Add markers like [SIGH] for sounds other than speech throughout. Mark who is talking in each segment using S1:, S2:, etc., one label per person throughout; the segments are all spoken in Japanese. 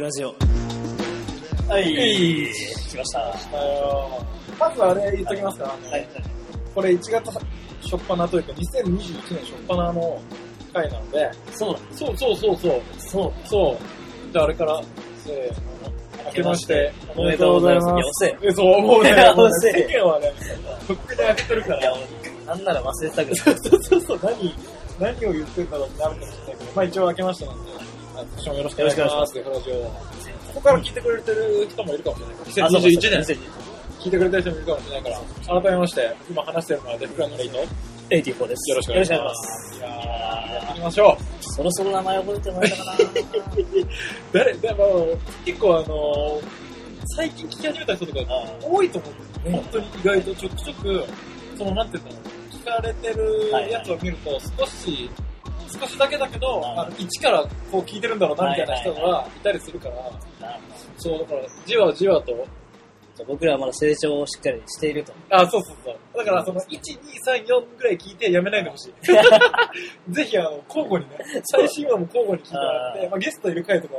S1: ラジオ。
S2: はい。
S1: 来ました。
S2: あのまずはね、言っときますから、あの
S1: はい。
S2: これ1月初っ端というか、2021年初っ端の回なので、
S1: そうだ。
S2: そうそうそうそう、
S1: そう。
S2: そう。じゃああれから、せーの、明けまして、
S1: おめでとうございます。よ
S2: え、そう、もう [LAUGHS] ね、
S1: や
S2: もうね
S1: せ
S2: 世間はね、とっくに開けてるか
S1: せ。いやな
S2: ら、、
S1: んなら忘れてたけど。
S2: そう [LAUGHS] そうそうそう、何、何を言ってんだろうってなるかもしれないけど、まあ一応明けましたので、あ今年もよろしくお願いします。よろしくお願いします。ここから聞いてくれてる人もいるかもしれない。2021年。
S1: 年。
S2: 聞いてくれた人もいるかもしれないから、改めまして、今話してるのはデフクランのレイト。よ
S1: 84です。
S2: ろしくお願いし
S1: よろ
S2: ま
S1: しくお願いします
S2: す。いやーやっていきましょう。
S1: そろそろ名前覚えてもらえたかな
S2: 誰、でも、結構あのー最近聞き始めた人とか多いと思うんですよ。本当に意外とちょくちょく、その、なんて言うんだろう、聞かれてるやつを見ると、少し、少しだけだけど、
S1: はい
S2: あの一からこう聞いてるんだろうな、みたいな人
S1: はいは
S2: がいたりするから、
S1: なるほ
S2: そう、だから、じわじわと
S1: ど僕らはまだ成長をしっかりしていると。
S2: あ、そうそうそう。だから、その、1、2、3、4ぐらい聞いてやめないでほし
S1: [LAUGHS]
S2: い。ぜひ、あの、交互にね、最新話も交互に聞いてもらっ
S1: あ
S2: て、まあ、ゲストいる回とか、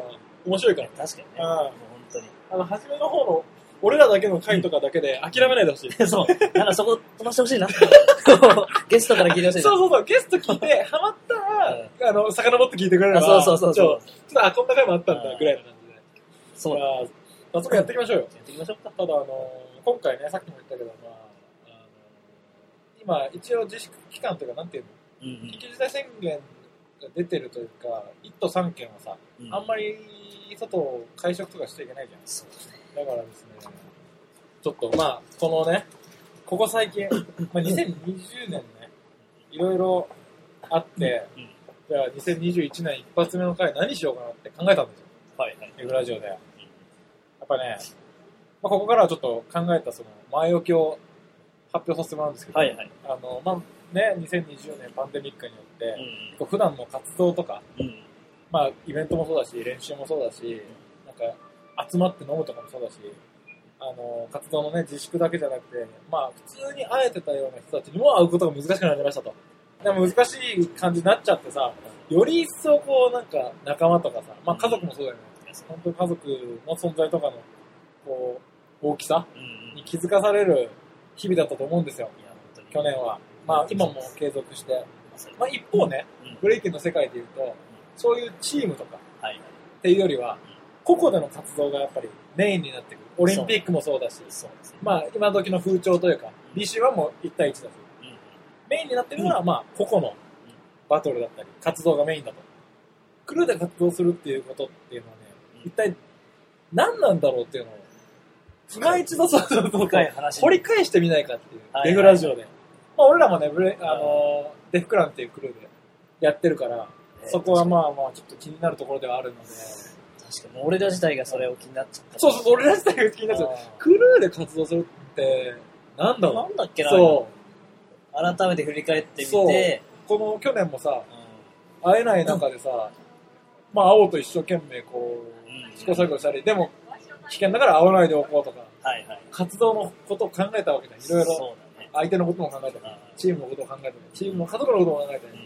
S2: 面白いから。
S1: 確かにね。
S2: うん
S1: もう本当に。
S2: あの、初めの方の、俺らだけの回とかだけで諦めないでほしい。
S1: そう。なんかそこ飛ばしてほしいな。ゲストから聞いてほしい
S2: そ
S1: な
S2: うそうそう、ゲスト聞いて、ハマったら、あの、遡って聞いてくれれば、
S1: あそうそうそうそう
S2: ちょちょっと、あ、こんな回もあったん
S1: う
S2: だ、
S1: ん
S2: ぐらいの感じで。
S1: そうだ。
S2: まあ早速やっていきましょうよ。
S1: やっていきましょうか。
S2: ただ、あの、今回ね、さっきも言ったけど、まあ、あの今、一応自粛期間というか、なんていうの
S1: うん
S2: 緊急事態宣言が出てるというか、1都3県はさ、
S1: う
S2: あんまり外を会食とかしちゃいけないじゃん。
S1: そうですね。
S2: だからですね、ちょっとまあ、このね、ここ最近、まあ、2020年ね、いろいろあって
S1: うんうん、
S2: じゃあ2021年一発目の回何しようかなって考えたんですよ、
S1: はいはい。
S2: エグラジオで。やっぱね、まあ、ここからはちょっと考えたその前置きを発表させてもらうんですけど、
S1: はいはい。
S2: あの、まあね、2020年パンデミックによって、
S1: うん
S2: 普段の活動とか、
S1: うん。うん。
S2: まあ、イベントもそうだし、練習もそうだし、なんか、集まって飲むとかもそうだし、あの、活動のね、自粛だけじゃなくて、まあ、普通に会えてたような人たちにも会うことが難しくなりましたと。でも難しい感じになっちゃってさ、より一層こう、なんか、仲間とかさ、まあ家族もそうだよね。本当に家族の存在とかの、こう、大きさ
S1: うんうん。
S2: に気づかされる日々だったと思うんですよ、
S1: いや、本当に。
S2: 去年は。まあ、今も継続して。まあ、一方ね、
S1: うん
S2: ブレイキンの世界で言うと、そういうチームとか
S1: はいはい。
S2: っていうよりは、個々での活動がやっぱりメインになってくる。オリンピックもそうだし、
S1: そうですね。
S2: まあ今時の風潮というか、BC はもう1対1だし、
S1: うん
S2: メインになってるのはまあ個々のバトルだったり、活動がメインだと。クルーで活動するっていうことっていうのはね、
S1: うん
S2: 一体何なんだろうっていうのを、深い一度そうそうそう
S1: 深い話
S2: 掘り返してみないかっていう、
S1: はいはい
S2: レグラジオで。まあ俺らもね、ブレあのー、デフクランっていうクルーでやってるから、そこはまあまあちょっと気になるところではあるので、
S1: 確かに、もう俺ら自体がそれを気になっちゃった。
S2: そうそうそう、俺ら自体が気になっちゃう。クルーで活動するって、なんだ
S1: あー
S2: ろ
S1: なんだっけ
S2: う。
S1: な、
S2: そう。
S1: 改めて振り返ってみ
S2: そう
S1: て、
S2: この去年もさ、
S1: う
S2: 会えない中でさ、まあ、会おうと一生懸命こ
S1: ん
S2: う、試行錯誤したり、でも、危険だから会わないでおこうとか、
S1: はいはい。
S2: 活動のことを考えたわけだよ。いろいろ。
S1: そうだね。
S2: 相手のことも考えたり、
S1: あ
S2: チームのことを考えたり、チームの家族のことも考えた
S1: ーう
S2: り、
S1: ん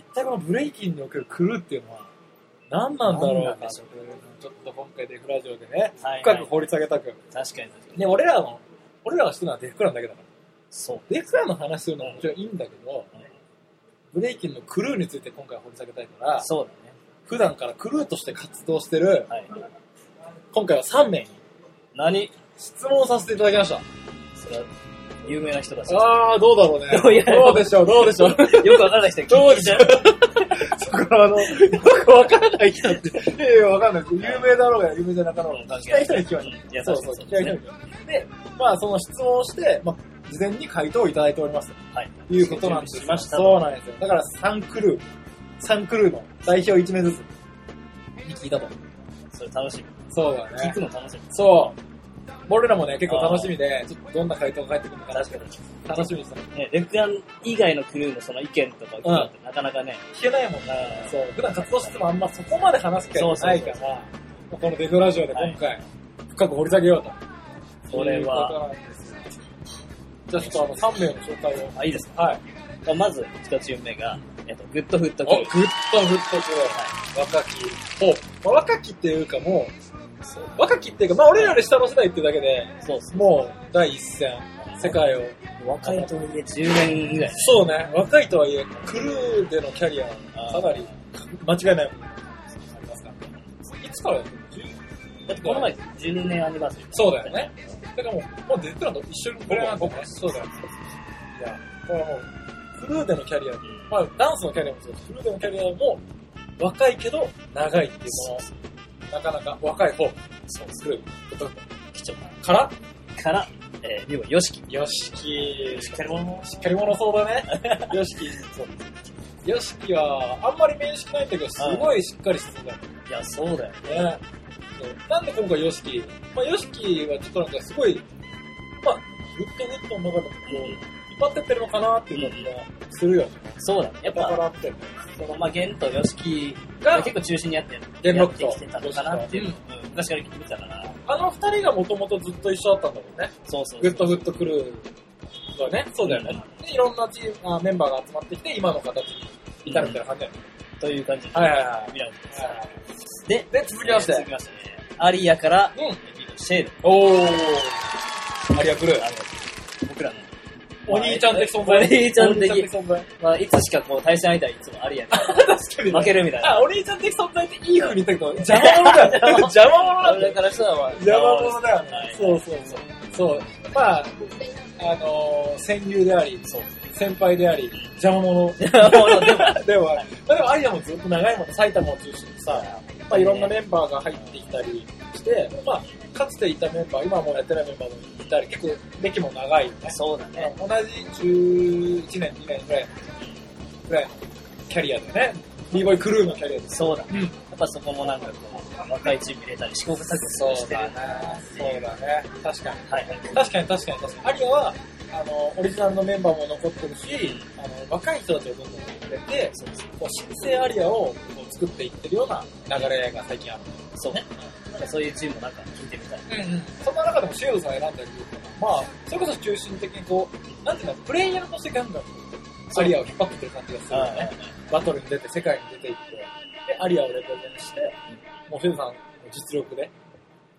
S2: 一体このブレイキンにおけるクルーっていうのは、何なんだろう
S1: 何な
S2: か
S1: んでしょう
S2: ちょっと今回デフラジオでね、
S1: はいは
S2: 深
S1: い
S2: く掘り下げたく。
S1: 確かに確かに。
S2: ね、俺らの、俺らがしてるのはデフクランだけだから。
S1: そう。
S2: レクラの話するのはもちろんいいんだけど、ブレイキンのクルーについて今回掘り下げたいから、
S1: そうだね。
S2: 普段からクルーとして活動してる、
S1: はい。
S2: 今回は3名に
S1: 何
S2: 質問させていただきました。
S1: それは、有名な人だし。
S2: あー、どうだろうね。 [LAUGHS]
S1: どうやろう
S2: どうでしょう、どうでしょう。
S1: よくわからない人に
S2: ど
S1: 聞
S2: うで
S1: い
S2: し
S1: ち
S2: ょ
S1: ゃ
S2: う
S1: う。
S2: そ [LAUGHS] こはあの、よくわからない人って。いやいや、わかんない。有名だろうが有名じゃなかろうが。聞きたい人に聞きまし
S1: うんいや
S2: た。そうそう、聞
S1: 確
S2: き
S1: か
S2: たい
S1: に
S2: 人に聞きました。で、まあその質問をして、まあ、事前に回答をいただいております。
S1: はい。
S2: いうことなんですよ
S1: しました。
S2: そうなんですよ。だから3クルー、3クルーの代表1名ずつに聞いたと。
S1: それ楽しみ。
S2: そうだ
S1: 聞
S2: ね
S1: く。の楽しみ。
S2: そう。俺らもね、結構楽しみで、ちょっとどんな回答が返ってくるのかな
S1: 確かに。
S2: 楽しみにした。
S1: ね、レフガン以外のクルーのその意見とかを聞くのってなかなかね、
S2: 聞けないもんな。そう。普段活動しててもあんまそこまで話す機会がないから、
S1: そ
S2: まあこのデフラジオで今回、深く掘り下げようと。
S1: それは
S2: いうことなんですよ。じゃあちょっとあの3名の紹介を。
S1: あ、いいですか
S2: はい。
S3: まあまず、一チーム目が、えっと、グッドフット
S2: お、
S3: ク
S2: グ
S3: ル
S2: ッとグッとくる。若き。ほう。まあ、若きっていうかもう、そう若きっていうか、まあ俺らより下の世代っていうだけで、
S3: そうっすね。
S2: もう第一線、世界を。
S3: 若いとはいえ10年ぐらい。
S2: そうね、若いとはいえ、クルーでのキャリア、かなり、間違いないものありますからね。いつからやってるの
S3: だってこの前10年アニバーサリー。
S2: そうだよね。だからもう、もう出てたのと一緒にこれなんだね。そうだよね。いや、これはもう、フルーデのキャリアに、まあダンスのキャリアもそうですフルーデのキャリアも、若いけど長いっていうこの、なかなか若い方、そう、フルーデ
S3: 貴重な。
S2: から、
S3: から、えー、でも、ヨシキ。
S2: ヨシキ、し
S3: しっかり者。
S2: っかり者そう [LAUGHS] だね。ヨシキ、そう。ヨシキは、あんまり面識ないんだけど、すごいしっかりしてた
S3: いや、そうだよ。
S2: ね。そうなんで今回ヨシキ、まあヨシキはちょっとなんかすごい、まあ、グッドグッドの中でもこう、引っ張ってってるのかなっていう感じがするよね。
S3: そうだね。やっ
S2: だか
S3: ぱ、
S2: らって。
S3: その、まあ、ゲンとヨシキ
S2: が
S3: が結構中心にやってる。
S2: 元
S3: やっ
S2: 禄
S3: て
S2: と
S3: きてたのかなっていう。うん。昔から聞いてたから。
S2: あの二人がもともとずっと一緒だったんだもんね。
S3: そうそうそう。
S2: グッドグッドクルーはね。そうだよね。で、いろんなチームあメンバーが集まってきて、今の形に至るみたいな感じだよね。
S3: という感じで。
S2: はいはいはい
S3: 見られてます。
S2: は
S3: で
S2: い、で、続きまし
S3: 続き
S2: て。
S3: ましてね。アリアから、
S2: うん。
S3: シェード。
S2: おー。ありがクルー。
S3: 僕らの。
S2: お兄ちゃん的存在。
S3: お兄ちゃん的
S2: お存在。
S3: まあ、いつしかこう、対戦相手はいつもアリアで
S2: 確かにね
S3: 負けるみたいな。
S2: あ、お兄ちゃん的存在っていい風に言ったけど、邪魔者だよ。 [LAUGHS] 邪魔者なんだ
S3: 俺
S2: よ。
S3: からしたら、まあ、
S2: 邪魔者だよね
S3: はい。
S2: そうそうそう。そう。まあ、あのー、戦友であり、
S3: そう。
S2: 先輩であり、邪魔者
S3: 邪魔者でも、
S2: [LAUGHS] ではあり。まあでも、アリアもずっと長いもの、埼玉を中心にさ、まあいろんなメンバーが入ってきたりして、まあ、かつていたメンバー、今はもうやってないメンバーもいたり、結構歴も長いよね。
S3: そうだね。
S2: 同じ11年、2年ぐらい、ぐらいのキャリアでね、b ボーイクルーのキャリアです。
S3: そうだね。
S2: うん
S3: やっぱそこもなんかこう、若いチーム入れたり、試行錯誤してる。はい
S2: ね。そうだね。確かに。
S3: はい。
S2: 確かに確かに確かに。アリアは、あの、オリジナルのメンバーも残ってるし、あの、若い人たちをどんどん入れて、こう、新生アリアをこう作っていってるような流れが最近ある。
S3: そうね。なんかそういうチームもなんか聞いてみたい。
S2: そんな中でもシェードさん選んだ理由っていうのは、まあ、それこそ中心的にこう、なんていうの、プレイヤーとしてガンガンこう、アリアを引っ張ってくる感じがするよね。バトルに出て、世界に出ていって、で、アリアをレベルにして、もうシェードさんの実力で、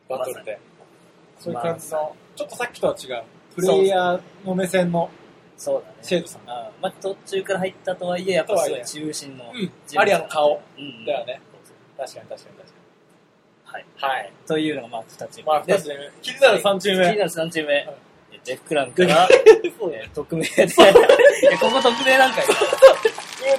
S2: バトルで。そういう感じの、ちょっとさっきとは違う、プレイヤーの目線の
S3: そうだね。
S2: シェードさん。
S3: あまあ、途中から入ったとはいえ、やっぱすごい中心の。
S2: アリアの顔
S3: うん。
S2: だよね。確かに確かに確か
S3: はい。
S2: に。はい。
S3: というのが、まあ、二チーム。
S2: まあ、二つ目。気になる三チーム
S3: 気に
S2: 目。
S3: なる3チーム
S2: は
S3: 目
S2: い。
S3: ジェフ・クランから、
S2: [LAUGHS] そうだ
S3: えー匿名で。 [LAUGHS] いやここ匿名なんかよ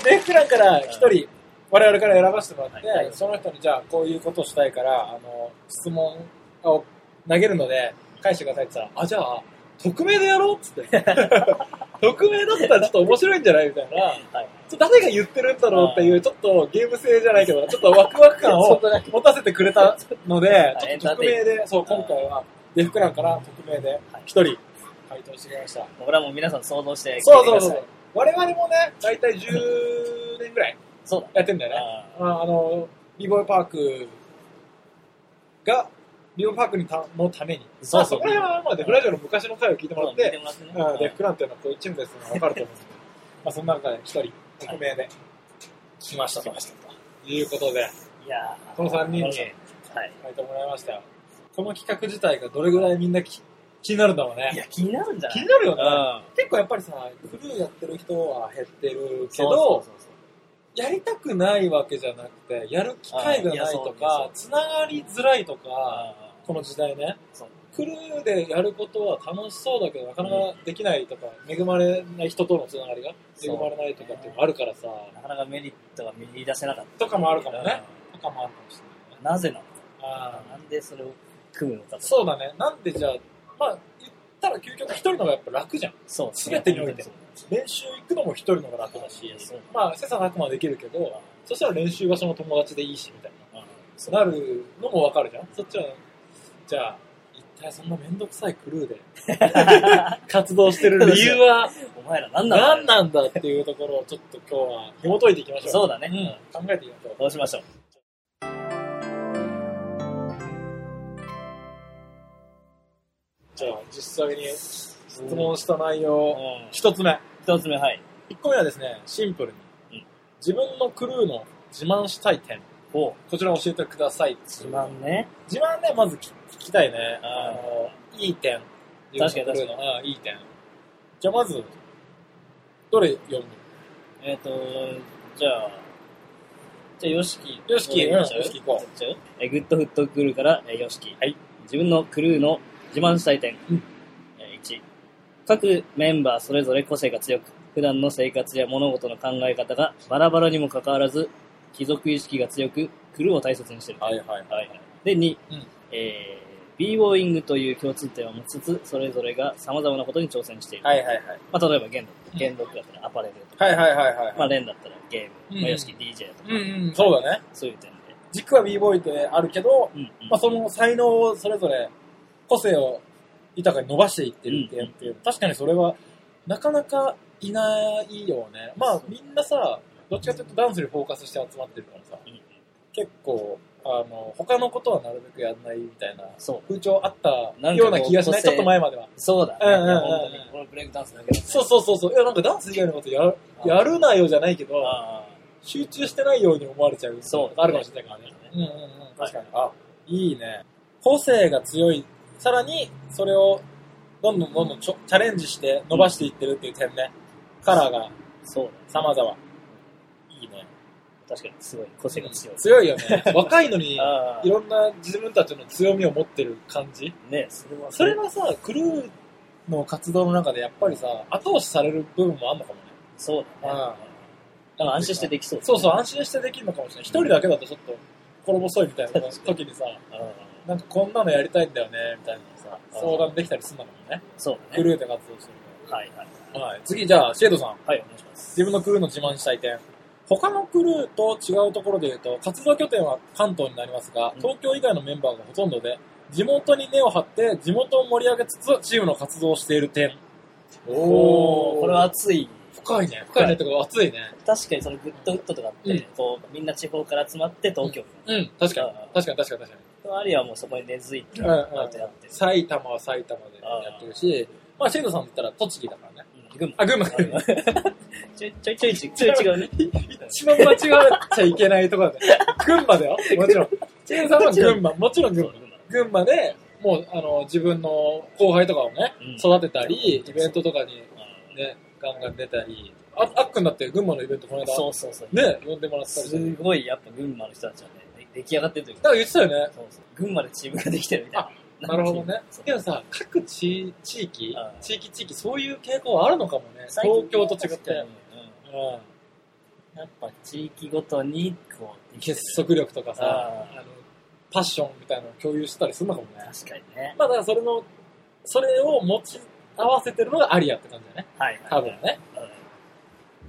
S2: デフランから一人、我々から選ばせてもらって、
S3: はい
S2: その人にじゃあこういうことをしたいから、あの、質問を投げるので、返してくださいって言ったら、あ、じゃあ、匿名でやろうっつって。 [LAUGHS] 匿名だったらちょっと面白いんじゃないみたいな。
S3: はい。
S2: ちょっと誰が言ってるんだろうっていう、ちょっとゲーム性じゃないけど、 [LAUGHS] ちょっとワクワク感を持たせてくれたので、ちょっと匿名で、そう、今回はデフクランから匿名で一人回答してくれました。
S3: 俺はもう皆さん想像して聞いて
S2: そう
S3: く
S2: そう
S3: だ
S2: そ
S3: さ
S2: う
S3: い。。
S2: 我々もね、大体10年ぐらい
S3: そうだ。
S2: やってんだよね。
S3: あ
S2: ああの、リボイパークが、リボイパークにたのために。
S3: そうそう
S2: まあ、そこら辺は、まあ、デフラジオの昔の回を聞いてもらっ
S3: 聞いて
S2: て、
S3: もらってね
S2: うん、デフクランっていうのはこういうチームですのがわかると思うんですけど、まあ、その中で一人、匿名で、来ましたと。いうことで、
S3: いやー
S2: この3人に
S3: はい。
S2: 書いてもらいましたよ。この企画自体がどれぐらいみんなき気になるんだろう
S3: い
S2: ね。
S3: や、気になるんじゃない
S2: 気になるよね。
S3: うん。
S2: 結構やっぱりさ、クルーやってる人は減ってるけ
S3: そ
S2: ど、
S3: うそうそう
S2: やりたくないわけじゃなくて、やる機会がないと
S3: あいや
S2: か、つながりづらいとか、
S3: あ
S2: この時代ね
S3: そう、
S2: クルーでやることは楽しそうだけど、なかなかできないとか、恵まれない人とのつながりが恵
S3: そう
S2: まれないとかっていうのもあるからさ、
S3: ーなかなかメリットが見出せなかった。
S2: とかもあるかもね。とかもあるかもしれないね
S3: うん。なぜなの
S2: あ
S3: か。なんでそれを組むのか
S2: ー
S3: と。
S2: そうだね。なんでじゃあ、まあ、言ったら究極一人の方がやっぱ楽じゃん。
S3: そう。
S2: 全てにおいて
S3: そう
S2: 練習行くのも一人の方が楽だし
S3: そう、
S2: まあ、切磋琢磨できるけど、そしたら練習場所の友達でいいし、みたいな。
S3: うん
S2: なるのもわかるじゃんそっちは、じゃあ、一体そんなめんどくさいクルーで活動してる理由は
S3: お前ら何な
S2: 何
S3: んだ
S2: なんだっていうところをちょっと今日は紐解いていきましょう。
S3: そうだね。うん
S2: 考えていきましょう。
S3: どうしましょう。
S2: じゃあ、実際に質問した内容、
S3: うん
S2: 一つ目。
S3: 一つ目、はい。
S2: 1個目はですね、シンプルに、自分のクルーの自慢したい点、
S3: お
S2: こちらを教えてください。
S3: 自慢ね。
S2: 自慢ね、まず聞聞きたいね。あの、いい点。
S3: 確かに
S2: 自分のクルーのうんいい点。じゃあまず、どれ読む
S3: えっ、と、じゃあ、じゃあ、ヨシキ。
S2: ヨシキ
S3: 俺言っちゃう
S2: うんヨシキ行こう
S3: 言っちゃう。えーグッドフットクルーから、えーヨシキ。
S2: はい。
S3: 自分のクルーの自慢したい点。
S2: うん
S3: えー1。各メンバーそれぞれ個性が強く、普段の生活や物事の考え方がバラバラにもかかわらず、貴族意識が強く、クルーを大切にしている。
S2: はいはいはい。
S3: はいはい、で、2、
S2: うん
S3: えー、b ボーイングという共通点を持ちつつ、それぞれが様々なことに挑戦している。
S2: はいはいはい。
S3: まあ、例えば言
S2: うん
S3: 動、言動だったらアパレルとか、
S2: はいはいはいはい。
S3: まあ、レンだったらゲー
S2: う
S3: ム、
S2: ん
S3: まあ、よしき DJ とか、
S2: うんうん、そうだね。
S3: そういう点で。
S2: 軸は b ボーイってあるけど、
S3: うんうん
S2: まあ、その才能をそれぞれ個性を豊かに伸ばしていってるっていう、確かにそれはなかなかいないよねまあみんなさどっちかというとダンスにフォーカスして集まってるからさ
S3: うんうん
S2: 結構あの他のことはなるべくやんないみたいな
S3: そう。
S2: 風潮あった
S3: なんか
S2: よ
S3: こ
S2: う
S3: う
S2: な気がしな
S3: 個
S2: い
S3: 性
S2: ちょっと前までは
S3: そうだね。
S2: うんうんうんうん
S3: 本当に。このブレイクダンスだけだね
S2: そうそうそうそういやなんかダンス以外のことやるやるなよじゃないけど
S3: あ
S2: 集中してないように思われちゃう
S3: そう
S2: あるかもしれないからね。うんうんうん、確かに。あ、いいね。個性が強い。さらに、それをどんどんどんどんちょチャレンジして伸ばしていってるっていう点ね。カラーが
S3: あ、そうだね。
S2: 様々。いいね。
S3: 確かにすごい。個性が強い。
S2: 強いよ [LAUGHS] ね。若いのに、
S3: あ
S2: いろんな自分たちの強みを持ってる感じ。
S3: あ、ねそれは。
S2: それはさ、クルーの活動の中でやっぱりさ、後押しされる部分もあんのかもね。
S3: そうだね。
S2: あ
S3: なんか安心してできそうだね
S2: そうそう、安心してできるのかもしれない。一人だけだとちょっと、心細いみたいな時にさ、
S3: ああ
S2: なんかこんなのやりたいんだよね、みたいなさ、
S3: うん
S2: 相談できたりするんだもんね。
S3: そうだ
S2: ク
S3: ね。
S2: ルーで活動してる
S3: はいはい。
S2: から。はい。次、じゃあ、シェードさん。
S3: はい、お願いします。
S2: 自分のクルーの自慢したい点。他のクルーと違うところで言うと、活動拠点は関東になりますが、
S3: うん
S2: 東京以外のメンバーがほとんどで、地元に根を張って、地元を盛り上げつつ、チームの活動をしている点。
S3: おー、これは
S2: は
S3: 熱い。
S2: 深いね。深いねってか、熱いね。
S3: 確かにそのグッドウッドとかって、
S2: うん
S3: こう、みんな地方から集まって東京。
S2: うん、確かに
S3: うん。
S2: 確かに確かに確かに。
S3: あるいはもうそこに根付いて、
S2: うん
S3: なってなってる。
S2: 埼玉は埼玉でやってるし、まあ、シェードさんって言ったら栃木だからね。
S3: うん群馬。
S2: あ、群馬。
S3: ちょいちょいちょいちょい違うね。
S2: 一番間違っちゃいけないところだね。群馬だよ。もちろん。チェーンさんは群馬。もちろん群馬。群馬で、もう、あの、自分の後輩とかをね
S3: うん、
S2: 育てたり、イベントとかに
S3: うん
S2: ね、ガンガン出たり。あ、あっくんだって群馬のイベントこの
S3: そうそうそう。
S2: 間、ね、呼んでもらったりして
S3: すごいやっぱ群馬の人たちはね、出来上がってるというか、
S2: なんか言ってたよね。
S3: そうそう群馬でチームができてるみたいな。
S2: なるほどね
S3: そう。
S2: でもさ、各地、地域
S3: う、ん
S2: 地域地域、そういう傾向はあるのかもね。東京と違っ
S3: 確かに
S2: て。うん。
S3: うんやっぱ地域ごとに、こう、
S2: 結束力とかさ、
S3: あ
S2: あの、パッションみたいなのを共有したりするのかもね
S3: あ。確かにね。
S2: まあだからそれの、それを持ち合わせてるのがアリアって感じだね。
S3: はいはい。
S2: 多分ね。
S3: うん。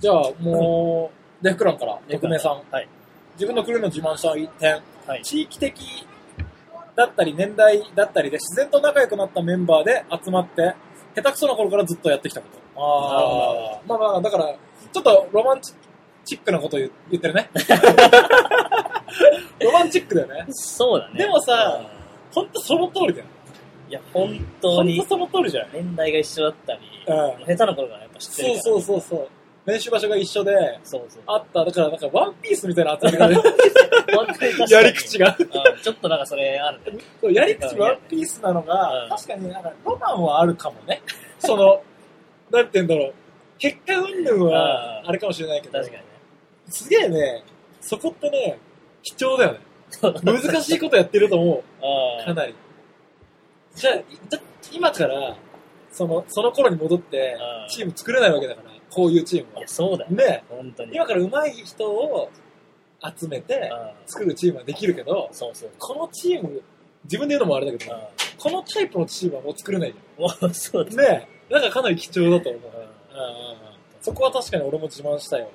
S2: じゃあもう、デフクランから、
S3: よく
S2: 匿名さん。。
S3: はい。
S2: 自分のクルーの自慢したい点。
S3: はい。
S2: 地域的だったり年代だったりで自然と仲良くなったメンバーで集まって、下手くそな頃からずっとやってきたこと。
S3: あ
S2: あ。まあまあ、だから、ちょっとロマンチックなこと言言ってる [LAUGHS] ね。ロマンチックだよね。
S3: そうだね。
S2: でもさほんとその通りだよ。
S3: うん、いや、本当
S2: ほん
S3: に
S2: と、その通りじゃない
S3: 年代が一緒だったり、
S2: う
S3: 下
S2: ん
S3: 手な頃からやっぱ知ってる
S2: そ
S3: か
S2: う
S3: ら。
S2: そうそうそう。練習場所が一緒で、
S3: そうそう。
S2: あった、だからなんかワンピースみたいな集 [LAUGHS] まり方
S3: 本当に確かに
S2: で、やり口が。
S3: うんちょっとなんかそれあるね。
S2: そうやり口ワンピースなのが、
S3: うん
S2: 確かになんかロマンはあるかも
S3: [LAUGHS]
S2: ね。その、なんて言うんだろう。結果云々
S3: う
S2: は、
S3: ん
S2: あれかもしれないけど、
S3: 確かにね。
S2: すげえね、そこってね、貴
S3: [LAUGHS]
S2: 重だよね。難しいことやってると思う、
S3: あ
S2: かなり。じゃあ、いだ今から、その、その頃に戻って
S3: う、ん
S2: チーム作れないわけだから、こういうチーム
S3: あ。い
S2: は
S3: や、。そうだよ。
S2: ね
S3: 本当に。
S2: 今から上手い人を集めて
S3: うん
S2: 作るチームはできるけど、
S3: そうそう。
S2: このチーム、自分で言うのもあれだけど、
S3: う
S2: このタイプのチームはもう作れない
S3: ん
S2: じ
S3: もうそう
S2: ゃ
S3: だ
S2: ん。ねえ。なんかかなり貴重だと思う。
S3: うん
S2: そこは確かに俺も自慢したいわ。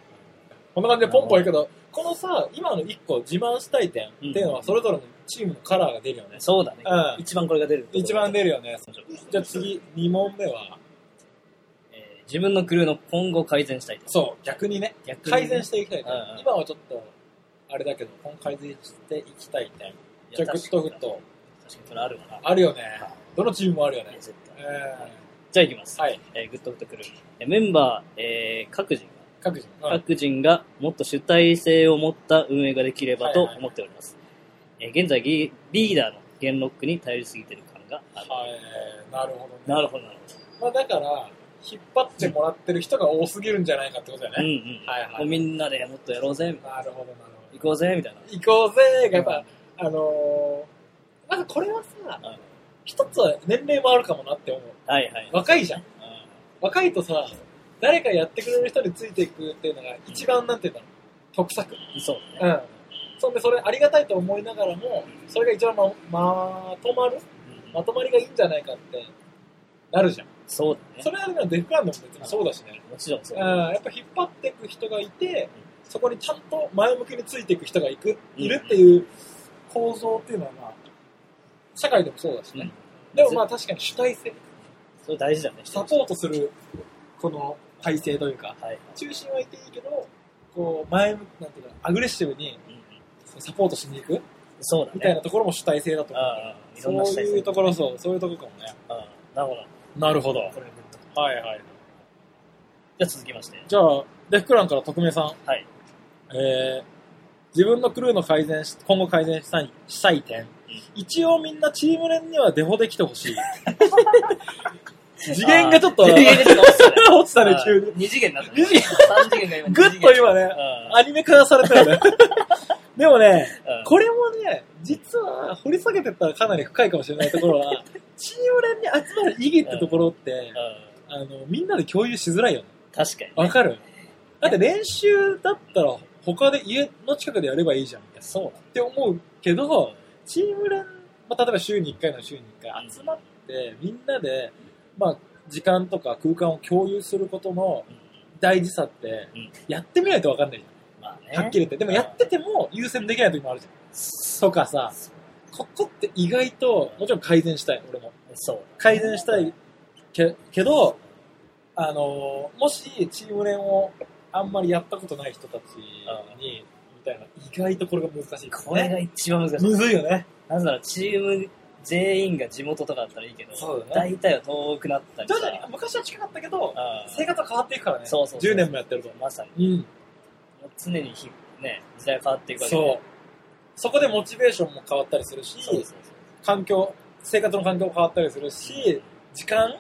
S2: こんな感じでポンポンいくけど、このさ、今の一個自慢したい点っていうのは、それぞれのチームのカラーが出るよね。
S3: そうだね
S2: うん。
S3: 一番これが出る。
S2: 一番出るよね。じゃあ
S3: え
S2: 次、二問目は、
S3: ー自分のクルーの今後改善したいと。
S2: そう、逆にね、
S3: 逆にね
S2: 改善していきたい点
S3: うんうん。
S2: 今はちょっと、あれだけど、今改善していきたい点。
S3: い
S2: じゃ
S3: や
S2: あ、グッドフッ。ト。
S3: 確かに確かにそれあるわな。
S2: あるよね。どのチームもあるよ
S3: い
S2: ね
S3: や。絶対
S2: えー
S3: じゃあいきます。
S2: はい。
S3: えーグッドオフとくる。えーメンバー、えー各人が、
S2: 各自。うん
S3: 各人がもっと主体性を持った運営ができればと
S2: はいはい
S3: 思っております。えー現在リ、リーダーのゲンロックに頼りすぎてる感がある。
S2: はい。なるほどね。
S3: なるほど、なるほ
S2: まあだから、引っ張ってもらってる人が多すぎるんじゃないかってことだ
S3: ど。う
S2: よ
S3: んう
S2: ね。
S3: ん。
S2: はいはい
S3: もうみんなでもっとやろうぜ、
S2: なるほど、なるほ
S3: 行こうぜ、みたいな。
S2: ど。行こうぜがやっぱ、あのー、なんかこれはさ、
S3: うん
S2: 一つは年齢もあるかもなって思う。
S3: はいはい。
S2: 若いじゃん。若いとさ、誰かやってくれる人についていくっていうのが一番なんて言うんだろう。得策。
S3: うんそう
S2: う
S3: だね。
S2: ん。そんでそれありがたいと思いながらも、それが一番ままとまる
S3: うん
S2: まとまりがいいんじゃないかってなるじゃん。
S3: そうだ
S2: そ
S3: ね。
S2: れはでもデフランでも別にそうだしね。
S3: もちろんそううんだ。
S2: やっぱ引っ張っていく人がいて、そこにちゃんと前向きについていく人がいくいるっていう構造っていうのは、まあ、社会でもそうだしね。でもまあ確かに主体性、
S3: それ大事だね。
S2: サポートする、この体制というか、
S3: はいはい。
S2: 中心はいていいけど、こう、前向き、なんていうか、アグレッシブに
S3: うんうん
S2: サポートしに行く
S3: そうだ
S2: みたい
S3: ね。
S2: なところも主体性だと思う。
S3: ああ、いろんな主
S2: そう
S3: 体
S2: いう
S3: 性。
S2: ところ、そう、そういうところかもね。
S3: ああなるほど。こ
S2: なるほど。は
S3: れグッド
S2: いはい。
S3: じゃあ続きまして。
S2: じゃあ、デフクランから特命さん。
S3: はい。
S2: えー自分のクルーの改善し、今後改善したいしたい点。一応みんなチーム連にはデフォできてほ
S3: [LAUGHS]
S2: しい。次元がちょっと、
S3: あー次元がちょっと落ちたね
S2: 落ちたね、急に。
S3: 2次元になったね。
S2: 二次元
S3: 3次元が今
S2: ぐっと今ね、
S3: あ
S2: アニメ化がされたよね。 [LAUGHS] でもね、
S3: あ
S2: これもね、実は掘り下げてったらかなり深いかもしれないところは、チーム連に集まる意義ってところって、あの、みんなで共有しづらいよね。
S3: 確かに。い
S2: わかるだって練習だったら他で家の近くでやればいいじゃんっ
S3: やそうなんだ
S2: て思うけど、チーム連、まあ、例えば週に1回なら週に1回集まってみんなで、まあ、時間とか空間を共有することの大事さって
S3: うん
S2: やってみないとわかんないじ
S3: まあ
S2: ゃん。はっき
S3: り。
S2: り言って。でもやってても優先できない時もあるじゃん。とかさ、ここって意外と、もちろん改善したい、俺も。
S3: そう。
S2: 改善したいけけど、あのーもしチーム連をあんまりやったことない人たちに、みたいな、意外とこれが難しい、
S3: これが一番難しい。
S2: むずいよね。
S3: なぜならチーム全員が地元とかだったらいいけど、
S2: そうだね
S3: 大体は遠くなったり
S2: 徐
S3: さ
S2: 々に、昔は近かったけど、
S3: ああ
S2: 生活は変わっていくからね。
S3: そうそうそう
S2: 10年もやってると。
S3: まさに、
S2: うん。
S3: 常に日ね、時代が変わっていくわけで
S2: そう。そこでモチベーションも変わったりするし、
S3: そうそう
S2: 環境、生活の環境も変わったりするし、時間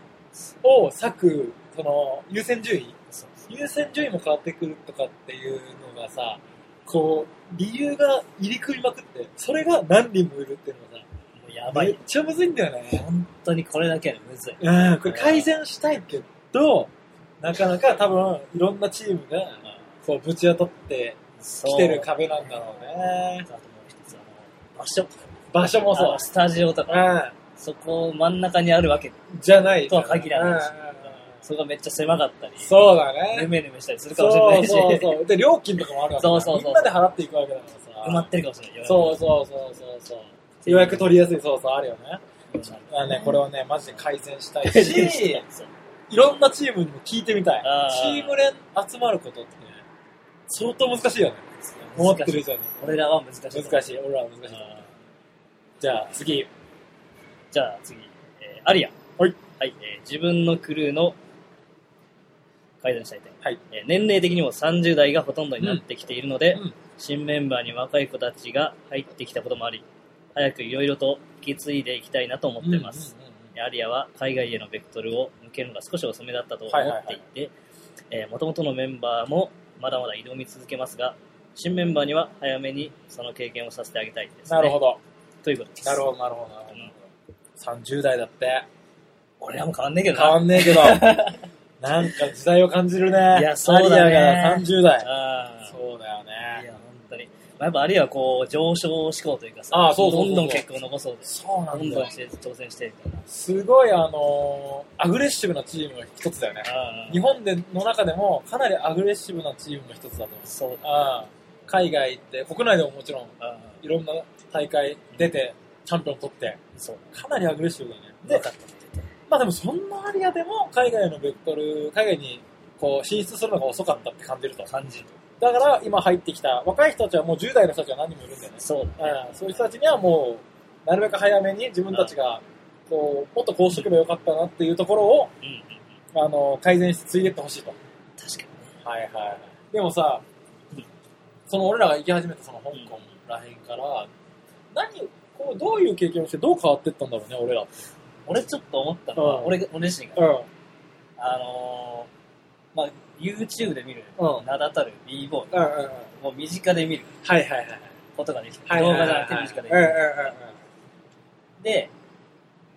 S2: を割く、その、優先順位
S3: そうそう
S2: 優先順位も変わってくるとかっていうのがさ、こう、理由が入り組みまくって、それが何人もいるっていうのがさ、
S3: もうやばい。
S2: め
S3: 本
S2: っちゃむずいんだよね。
S3: 当にこれだけはむずい。
S2: うん、これ改善したいけど、なかなか多分、いろんなチームが、こう、ぶち当たって
S3: そ
S2: き
S3: う
S2: てる壁なんだろう
S3: あ
S2: ね。
S3: ともう一つ、あの、場所。
S2: 場所も
S3: あ
S2: そう
S3: の。スタジオとか、
S2: う
S3: そこ真ん中にあるわけ。
S2: ん、じゃない。
S3: とは限らないし
S2: うんうんうん
S3: そこがめっちゃ狭かったり、
S2: そうだ
S3: ぬ
S2: ね。
S3: めぬめしたりするか
S2: そ
S3: もしれないうし、
S2: そうそう。で、料金とかもあるわけだから
S3: そうそうそう
S2: みんなで払っていくわけだからさ。
S3: 埋まってるかもしれない。
S2: そうそうそうそうそう。予約取りやすい、そうそう、あるよね。
S3: う。
S2: あのね、これはね、マジで改善したいし、
S3: [LAUGHS] そう
S2: いろんなチームにも聞いてみたい
S3: あ。
S2: チ
S3: ー
S2: ーム連集まることって、相当難しいよね。思ってる以上に。
S3: 俺らは難しい。
S2: 難
S3: い。
S2: しい、俺らは難しい。じゃあ、次。
S3: じゃあ次、えーアリア。
S2: はい。
S3: はい、えー自分のクルーの改善したい点。
S2: はい。
S3: えー年齢的にも30代がほとんどになってきているので、
S2: うん
S3: 新メンバーに若い子たちが入ってきたこともあり、早くいろいろと引き継いでいきたいなと思ってます。
S2: うんうんうん
S3: アリアは海外へのベクトルを向けるのが少し遅めだったと思っていて、えー元々のメンバーもまだまだ挑み続けますが、新メンバーには早めにその経験をさせてあげたいですね。
S2: なるほど。
S3: ということです。
S2: なるほど、なるほどなるほど。30代だって。
S3: 俺らも変わんねえけどな。
S2: [LAUGHS] 変わんねえけど。
S3: [LAUGHS]
S2: なんか時代を感じるね。
S3: いやそうだね
S2: アリアが30代。
S3: あー
S2: そうだよ
S3: い
S2: ね。
S3: や、本当に。まあ、やっぱアリアはこう、上昇志向というかさ、
S2: あーそうそうそう
S3: どんどん結果を残そうです。
S2: そうな
S3: ど
S2: ん
S3: ん
S2: だ
S3: どん
S2: よ。
S3: して挑戦してみたい
S2: すごい、あのーアグレッシブなチームの一つだよね。
S3: な。あー
S2: 日本での中でもかなりアグレッシブなチームの一つだと思います。
S3: そうだ。
S2: ああ海外って、国内でももちろん
S3: あ
S2: いろんな大会出て、チャンピオン取って、
S3: ーそう
S2: かなりアグレッシブだよね。
S3: だ。
S2: で
S3: 分、かった。
S2: まあでもそんなアリアでも海外のベクトル、海外にこう進出するのが遅かったって感じると。
S3: 感じる。
S2: だから今入ってきた若い人たちはもう10代の人たちは何人もいるんだよね。
S3: そうだ。
S2: うん、そういう人たちにはもう、なるべく早めに自分たちがこう、もっとこうしとけばよかったなっていうところを、
S3: うんうんうん、
S2: あの、改善してついでってほしいと。
S3: 確かにね。
S2: はいはい。でもさ、その俺らが行き始めたその香港らへんから、何、こう、どういう経験をしてどう変わってったんだろうね、俺らって。
S3: 俺ちょっと思ったのは、
S2: うん
S3: 俺が俺自身が、
S2: うん。
S3: あのーまあ、YouTube で見る、
S2: うん
S3: 名だたる b ボー
S2: うんうんうん。
S3: イもう身近で見る
S2: はいはいはい。
S3: ことができて、
S2: はいはいはい
S3: 動画じゃなくて身近で見
S2: うんうん
S3: る、で、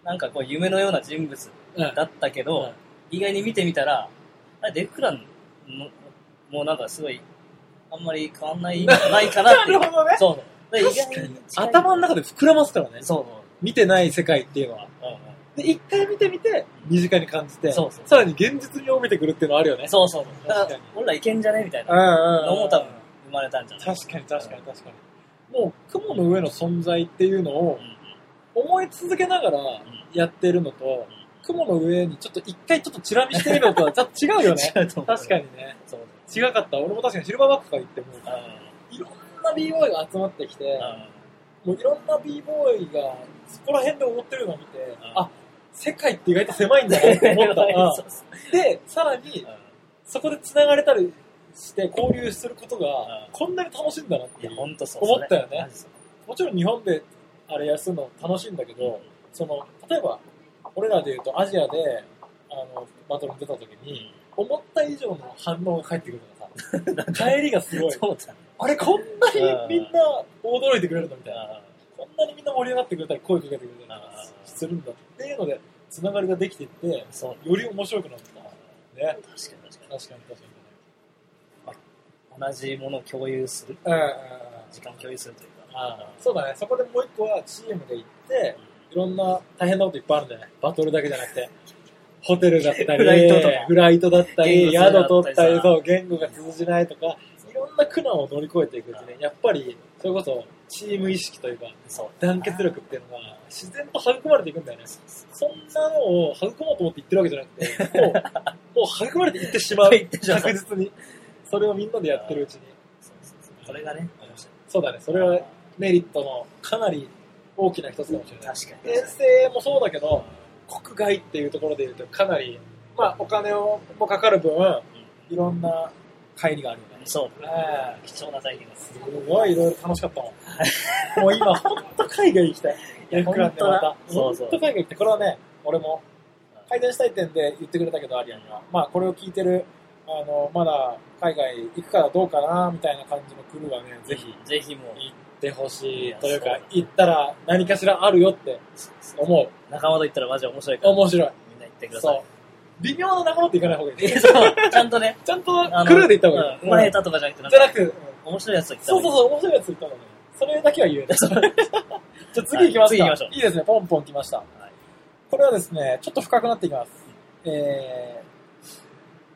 S3: なんかこう夢のような人物
S2: うんうん。
S3: だったけど、
S2: うん
S3: 意外に見てみたら、あれデクランのもうなんかすごい、あんまり変わんないんじゃないかなっていう。
S2: [LAUGHS] なるほどね
S3: そうそう。で
S2: 確かに
S3: 近い
S2: 頭の中で膨らますからね。
S3: そう
S2: 見てない世界っていうのは。
S3: そう。うん
S2: で、一回見てみて、身近に感じて、
S3: そうそう
S2: さらに現実味を帯びてくるっていうのはあるよ
S3: う
S2: ね
S3: ん。。そうそうそう。だ
S2: 確
S3: か
S2: からに、
S3: 俺らいけんじゃねみたい
S2: うん
S3: な
S2: うん
S3: のも多分生まれたんじゃない
S2: 確かに確かに確かに。もう、雲の上の存在っていうのを
S3: うんうん。
S2: 思い続けながらやってるのと、雲の上にちょっと一回ちょっとチラ見してみるの [LAUGHS] とはちょっと違うよね
S3: 違うと思う
S2: 確かにね。
S3: そうそう。
S2: 違かった。俺も確かにシルバーバックから行っても、
S3: うん
S2: いろんな b ボーイが集まってきて、もういろんな b ボーイがそこら辺で踊ってるのを見て、あ、世界って意外と狭いんだなって [LAUGHS] 思っ
S3: そ
S2: た
S3: う。そう
S2: うんで、さらに、そこで繋がれたりして交流すること
S3: う
S2: が
S3: ん、
S2: こんなに楽しいんだなっ
S3: [LAUGHS]
S2: て
S3: い
S2: い
S3: や、
S2: う。
S3: ほんとそう。
S2: 思ったよね
S3: それマジそう
S2: もちろん日本であれやするの楽しいんだけど、その、例えば、俺らで言うとアジアで、あの、バトルに出た時に、思った以上の反応が返ってくる
S3: [LAUGHS]
S2: のがさ、帰りがすごい。
S3: そうだね。
S2: あれ、こんなに
S3: うん
S2: みんな驚いてくれるのみたいな。
S3: あ
S2: こんなにみんな盛り上がってくれたり、声かけてくれたりとかするんだっていうので、つながりができていって、よ
S3: ーそう。
S2: り面白くなってた。ね。
S3: 確かに確か
S2: 確かに確か
S3: に。同じものを共有する。
S2: に。うんうんうん。
S3: 時間を共有するというか。
S2: あーそうだね、そこでもう一個はチームで行って、いろんな大変なこといっぱいあるんじゃないバトルだけじゃなくて。ホテルだったり、
S3: フライトとか
S2: フライトだったり、
S3: 言語通じなかったり
S2: 宿取ったり
S3: さ、
S2: そう、言語が通じないとか、いろんな苦難を乗り越えていくうちに、やっぱり、それこそ、チーム意識というか、
S3: そう。
S2: 団結力っていうのが、自然と育まれていくんだよね。そんなのを育もうと思って言ってるわけじゃなくて、もう、もう育まれていってしまう。
S3: [LAUGHS] 言ってしまう
S2: 確実に。それをみんなでやってるうちに。
S3: そうそうそうこれがね、面白い
S2: そうだね、それはメリットのかなり大きな一つかもしれない。
S3: 確かに。
S2: 遠征もそうだけど、国外っていうところで言うとかなり、まあお金をもかかる分、いろんな帰りがあるよね。
S3: そうだね。
S2: あ
S3: 貴重な体験です。
S2: すごいいろいろ楽しか
S3: [LAUGHS]
S2: ったもん。もう今、ほんと海外行きたい。
S3: いや
S2: 僕らねまた
S3: ほんとだそうそう
S2: ほんと海外行って、これはね、俺も改善したい点で言ってくれたけど、アリアには。まあこれを聞いてる、あの、まだ海外行くからどうかな、みたいな感じのクルーはね、ぜひ、
S3: ぜひもう、
S2: 行ってほし
S3: い
S2: い
S3: や
S2: という
S3: そう
S2: か
S3: だね、
S2: 行ったら何かしらあるよって思う。
S3: 仲間と行ったらマジ面白いから。
S2: 面白い。
S3: みんな行ってくださ
S2: そ。。
S3: いう
S2: 微妙な仲間って行かない方がいい。
S3: えそう。ちゃんとね、
S2: ちゃんと
S3: あの
S2: クルーで行った方がいい。
S3: うん前下手とかじゃなくて、なん
S2: じゃ
S3: か
S2: なくて、うん
S3: 面白いやつと行った
S2: そ
S3: 方
S2: う
S3: がいうい
S2: そそう、面白いやつ行った方がいい。それだけ
S3: [LAUGHS]
S2: は言えない。じゃあ次行きますか。
S3: 次行きましょう
S2: いいですね、ポンポン来ました。
S3: はい
S2: これはですね、ちょっと深くなっていきます。えー、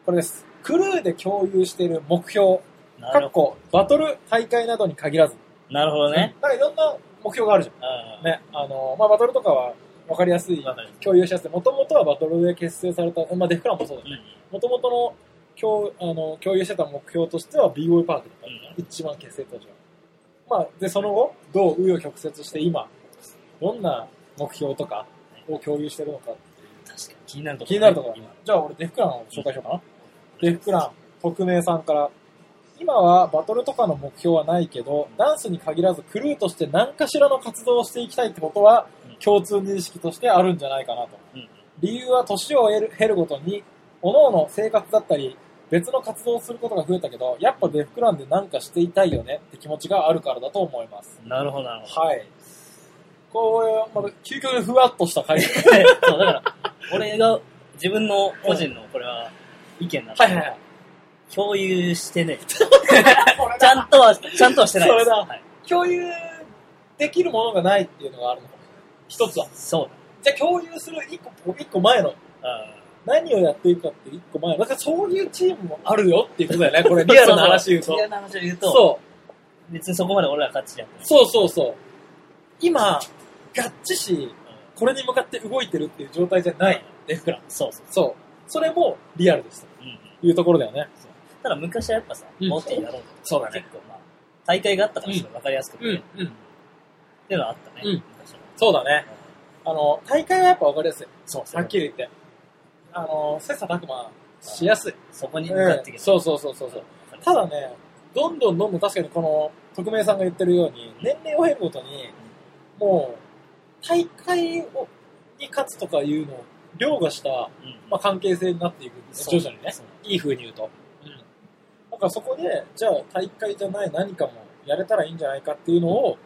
S2: これです。クルーで共有している目標、
S3: な
S2: か
S3: る
S2: っ
S3: ほど
S2: こ、バトル、大会などに限らず。
S3: なるほどね。
S2: なんかいろんな目標があるじゃん。
S3: うん
S2: ね、あの、まあ、バトルとかは分かりやすい、
S3: わかる
S2: 共有しやすい。もともとはバトルで結成された、まあ、デフクランもそうだ
S3: うん
S2: ね。もともとの共あの共有してた目標としては b o y パークだった。
S3: うん
S2: 一番結成当時は。まあ、で、その後、どう紆余曲折して今、どんな目標とかを共有してるのか。
S3: 確かに気になるところ。
S2: 気になるところだ
S3: 今
S2: ね。じゃあ俺デフクランを紹介しようかな。デフクラン、匿名さんから。今はバトルとかの目標はないけど、ダンスに限らずクルーとして何かしらの活動をしていきたいってことは
S3: うん
S2: 共通認識としてあるんじゃないかなと。
S3: うんうん
S2: 理由は年を経る経るごとに、各々の生活だったり、別の活動をすることが増えたけど、やっぱデフクランで何かしていたいよねって気持ちがあるからだと思います。
S3: なるほど、なるほど。
S2: はい。これはまた究極ふわっとした回答。
S3: そう、だから、俺が自分の個人の、これ [LAUGHS] は、意見なんだけど、
S2: い。
S3: 共有してね。 [LAUGHS] ちゃんとは、ちゃんとはしてないです。
S2: それだ
S3: はい
S2: 共有できるものがないっていうのがあるのかもしれない。一つは。
S3: そう
S2: じゃあ共有する一個、一個前の。
S3: だ。
S2: 何をやっていくかって一個前の。だからそういうチームもあるよっていうことだ
S3: [LAUGHS]
S2: よね。これリアルな話言う
S3: そうそうリア
S2: と。
S3: ルな話を言うと、
S2: そう。
S3: 別にそこまで俺ら勝ちじゃん。
S2: そうそうそう。今、ガッチし、これに向かって動いてるっていう状態じゃない、デフクラン。
S3: そうそう。
S2: そう。それもリアルです。
S3: うんうん
S2: というところだよね。
S3: ただ昔はやっぱさ、
S2: うん
S3: 持ってやろうとか、
S2: そうだね
S3: 結構まあ、大会があったからちょっと分かりやすくて、ね、っ、
S2: うん。
S3: ていうのはあったね、
S2: うん
S3: 昔は。
S2: そうだね。あの、大会はやっぱ分かりやすい。
S3: そうそ
S2: は
S3: う
S2: っ。きり言って。あの、切磋琢磨しやすい。
S3: そこに向か
S2: う
S3: ってい
S2: ん
S3: けば
S2: そうそうそうそうそう。ただね、どんどんどんどん確かにこの、匿名さんが言ってるように、年齢を経るごとに、もう、大会を、に勝つとかいうのを、凌駕した、
S3: うん、
S2: まあ、関係性になっていくんです
S3: そ
S2: ね、
S3: う
S2: 徐々にね
S3: そう。
S2: いい風に言うと。うん。だからそこで、じゃあ大会じゃない何かもやれたらいいんじゃないかっていうのを、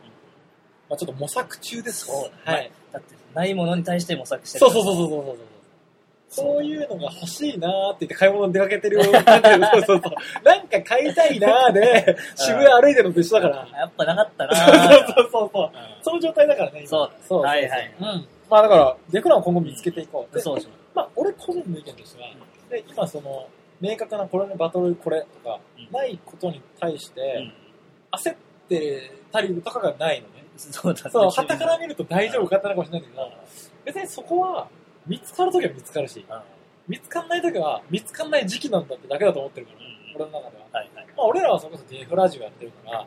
S2: まあ、ちょっと模索中です。
S3: そう
S2: はい。
S3: だって、ないものに対して模索してる。
S2: そうそうそうそうそうそう。そういうのが欲しいなーって言って買い物に出かけてる感
S3: [LAUGHS]
S2: じでそうそうそう。なんか買いたいなーで、渋谷歩いてるのと一緒だから。
S3: やっぱなかったな
S2: [LAUGHS] そう
S3: ぁ
S2: そうそうそう。
S3: うん
S2: その状態だからね、今
S3: そうだ
S2: そうそうそう
S3: はいはい。
S2: うん。まあだから、デクラを今後見つけていこう。で
S3: そうそう。
S2: まあ、俺個人の意見としては、で、今その、明確なこれのバトルこれとか
S3: うん、
S2: ないことに対し
S3: う
S2: て、
S3: ん
S2: 焦ってたりとかがないのね。
S3: そうだね
S2: そう、旗から見ると大丈夫かってなるかもしれないんだけど、別にそこは、見つかるときは見つかるし、
S3: うんうん
S2: 見つかんないときは、見つかんない時期なんだってだけだと思ってるから、
S3: うん
S2: 俺の中では。
S3: はいはい。
S2: まあ、俺らはそれこそデフラジオやってるから、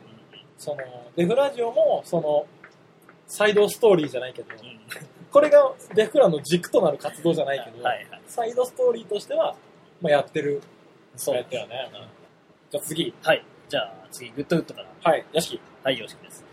S2: その、デフラジオも、その、サイドストーリーじゃないけど、
S3: うんうん
S2: これがデフラの軸となる活動じゃないけど、
S3: はいはい。
S2: サイドストーリーとしては、まあ、やってる。
S3: そう
S2: やってるよね。じゃあ次。
S3: はい。じゃあ次、グッドウッドから。
S2: はい、屋敷。
S3: はい、よろしくです。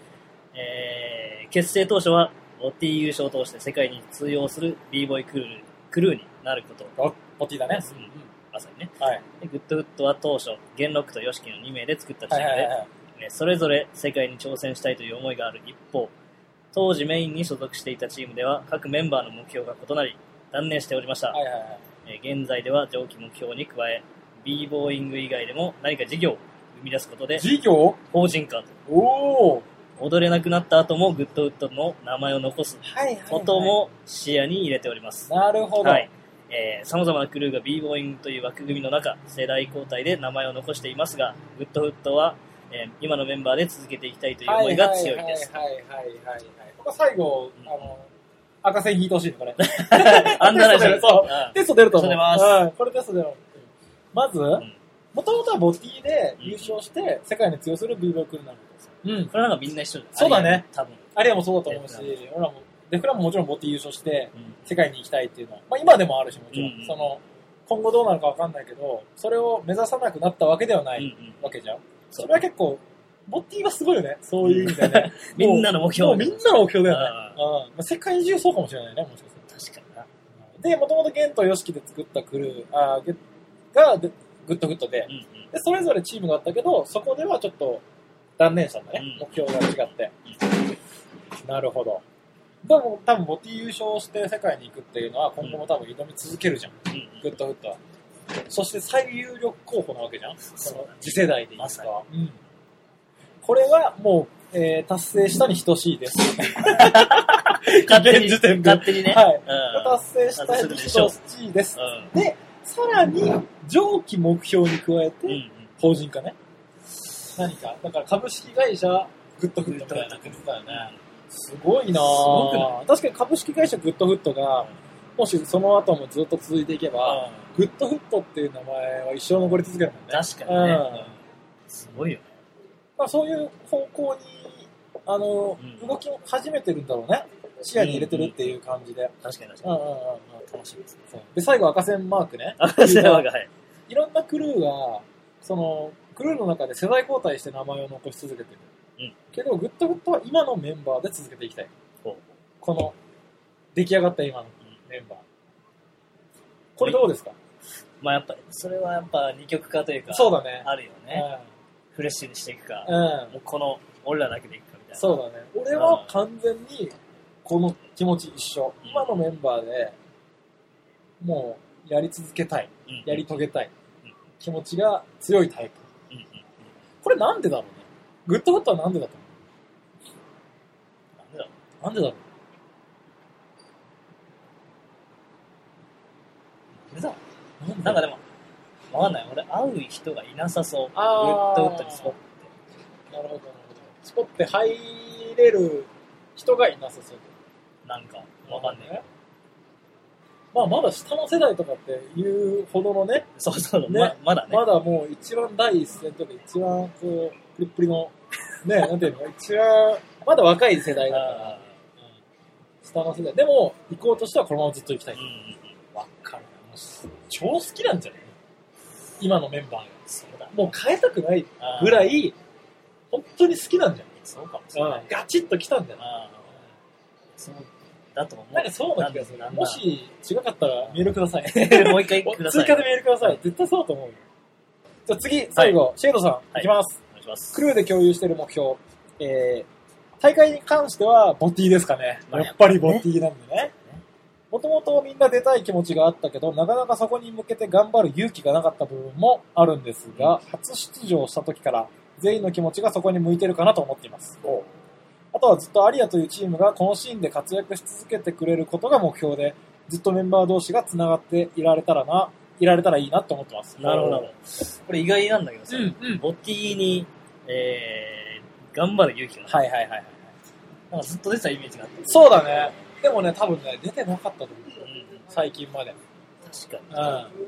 S3: えー、結成当初は、OT 優勝を通して世界に通用する b ボーイクルークルーになること。
S2: ロボティだね。
S3: うんまさにね。
S2: はい。
S3: でグッドウッドは当初、元禄と YOSHIKI の2名で作ったチー
S2: はい
S3: ムで、
S2: はいはい。
S3: えーそれぞれ世界に挑戦したいという思いがある一方、当時メインに所属していたチームでは各メンバーの目標が異なり、断念しておりました。
S2: はいはいはい。
S3: えー現在では上記目標に加え、b ボーイング以外でも何か事業を生み出すことで、
S2: 事業
S3: 法人化と
S2: おー。
S3: 踊れなくなった後もグッドウッドの名前を残す
S2: はいはい、はい。
S3: ことも視野に入れております。
S2: なるほど。
S3: はい。えー、様々なクルーが b ボーイングという枠組みの中、世代交代で名前を残していますが、グッドウッドは、えー今のメンバーで続けていきたいという思いが強いです。
S2: はいはいはいはいはいはい。ここ最後、
S3: うん
S2: あの、赤線引いてほしいの、これ。
S3: あんな話
S2: テスト出るそう
S3: あ
S2: テスト出ると思う。
S3: テスト出ます
S2: はいこれテスト出る。まず、
S3: ん
S2: もともとはボティで優勝して、世界に通用する b ボークになるんですよ。うん。
S3: これはなんかみんな一緒だ
S2: そうだね。
S3: 多分。
S2: アリアもそうだと思うし、俺らも、デフラももちろんボティ優勝して、
S3: うん
S2: 世界に行きたいっていうのは、まあ、今でもあるし、もちろん、
S3: うん
S2: その今後どうなるかわかんないけど、それを目指さなくなったわけではな
S3: うんう
S2: い
S3: ん
S2: わけじゃん。
S3: そう
S2: それは結構、ボッティはすごいよね、そういう意味でね。
S3: [LAUGHS] みんなの目標
S2: もうみんなの目標だよね。
S3: あ
S2: うんまあ、世界中そうかもしれないね、もしかす
S3: ー
S2: る
S3: 確かにな。
S2: と。で、もともとゲンとヨシキで作ったクルーあーゲがでグッドグッドで
S3: う、んうん。
S2: で、それぞれチームがあったけど、そこではちょっと断念したんだね。
S3: うん
S2: 目標が違って。なるほど。でも多分ボティ優勝して世界に行くっていうのは今後も多分挑み続けるじゃん。
S3: うんうん
S2: グッドフットは。そして最有力候補なわけじゃん。その次世代で言いますか。
S3: ま
S2: うん。これはもう、えー達成したに等しいです。
S3: 勝手
S2: 現
S3: に、
S2: 時点で
S3: 勝手にね。
S2: はい
S3: うん
S2: 達成したに等しいです。
S3: うん
S2: で、さらに上記目標に加えて、
S3: うんうん。
S2: 法人化ね。何か、だから株式会社、グッドフットみたいな感じだよね。すごいなぁ
S3: すごく
S2: 確かに株式会社グッドフットが、もしその後もずっと続いていけば、
S3: うん
S2: グッドフットっていう名前は一生残り続けるもんね。
S3: 確かにね
S2: う。
S3: うんすごいよね。
S2: まあ、そういう方向に、あの、
S3: うん
S2: 動きを始めてるんだろうね。視野に入れてるっていう感じで。
S3: 確かに確
S2: う
S3: か
S2: ん
S3: に
S2: うんうんうん。
S3: 楽しいです。
S2: そうで、最後赤線マークね。
S3: 赤瀬はが、はい。
S2: いろんなクルーが、その、クルーの中で世代交代して名前を残し続けてる。
S3: うん
S2: けど、グッドグッドは今のメンバーで続けていきたい。
S3: こ
S2: この、出来上がった今
S3: う
S2: の
S3: うん
S2: メンバー。これどうですか
S3: まあやっぱ、それはやっぱ二極化というか、
S2: そうだね。
S3: あるよね。フレッシュにしていくか
S2: う、ん。うん
S3: もうこの、俺らだけでいくかみたいな。
S2: そうだね。俺は完全に、この気持ち一緒。今のメンバーで、もう、やり続けたい。
S3: うん。
S2: やり遂げたい
S3: うん。
S2: 気持ちが強いタイプ。
S3: うんうん。
S2: これなんでだろうね。グッドフットはなんでだと思
S3: なんでだろ
S2: うなんでだろう
S3: う。なんでだろう
S2: なんで
S3: な
S2: だ
S3: んか
S2: ろう
S3: でも、わかんない。俺、会う人がいなさそう。グ
S2: あ
S3: ッ
S2: ー
S3: ドウッドにスポッて。
S2: なるほど、なるほど。スポって入れる人がいなさそう。
S3: なんか、わかんない。
S2: ね。まあ、まだ下の世代とかっていうほどのね、
S3: そうそう、
S2: ね
S3: ままだね
S2: ま。だもう一番第一線とか一番こう、プリッ
S3: [LAUGHS]
S2: プリの、ね、なんていうの、一番、まだ若い世代だから、
S3: あ
S2: うん下の世代。でも、行こうとしてはこのままずっと行きた
S3: う
S2: い
S3: んう。ん
S2: わかるな。もう超好きなんじゃない今のメンバーが。そうだ。もう変えたくない
S3: あー
S2: ぐらい、本当に好きなんじ
S3: そうかもしれ
S2: ゃな
S3: ないい。
S2: ガチッと来たんじゃない
S3: ああそうだと思う。
S2: なんかそうな気がする
S3: な。んだ
S2: もし違かったらメールください。 [LAUGHS]
S3: もう一回ください。
S2: 追加でメールください。絶対そうと思うよ。じゃあ次、最後、シェードさん、
S3: はい
S2: いきます。
S3: お願いします。
S2: クルーで共有している目標。えー、大会に関しては、ボティですかね。
S3: まあ
S2: やっぱりボティなんでね。もともとみんな出たい気持ちがあったけど、なかなかそこに向けて頑張る勇気がなかった部分もあるんですが、初出場した時から、全員の気持ちがそこに向いてるかなと思っています。あとはずっとアリアというチームがこのシーンで活躍し続けてくれることが目標で、ずっとメンバー同士が繋がっていられたらな、いられたらいいなと思ってます。
S3: なるほど。。これ意外なんだけどさ、
S2: うんうん
S3: ボティに、えー、頑張る勇気がない。
S2: はいはいはいはい。
S3: なんかずっと出てたイメージがあっ
S2: そうだね。でもね、多分ね、出てなかったと思う。
S3: た。うん、
S2: 最近まで。
S3: 確かに。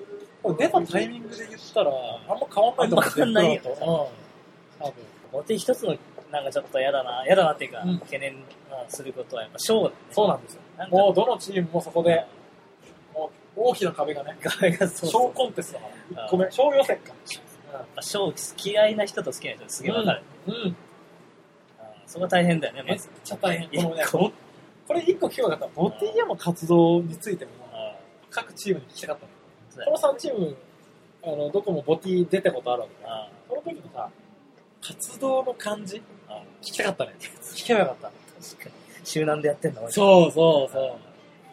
S2: うん。これ出たタイミングで言ったら、あんま変わんない
S3: あん
S2: と思う。
S3: ま変わんないよ
S2: 出てるのとうん。多分。
S3: ボティ一つの、なんかちょっと嫌だな、嫌だなっていうか、
S2: うん
S3: 懸念することはやっぱ賞だね。
S2: そうなんですよ。
S3: なんか
S2: もうどのチームもそこで、もう大きな壁がね、
S3: 画面がそう
S2: 小
S3: そ
S2: コンテストだか
S3: う
S2: ら。
S3: ん
S2: ごめん、小予選か。
S3: う。賞嫌いな人と好きな人ですげえわかる。
S2: うん。うん。
S3: うんそこが大変だよね、
S2: め
S3: ま
S2: っ
S3: ず。
S2: ちゃ大変。
S3: 一
S2: このね、
S3: 個も
S2: これ一個聞きたかった。ボティアの活動についても、
S3: あ
S2: 各チームに聞きたかったの。
S3: ーそうだよ
S2: この3チーム、あの、どこもボティ出たことあるわけだから
S3: あ
S2: その時のさ、活動の感じ、
S3: ーあ
S2: 聞きたかったね。聞けばよかっ
S3: ー確かに。集団でやってんだ、
S2: た。
S3: 俺
S2: そうそうそう。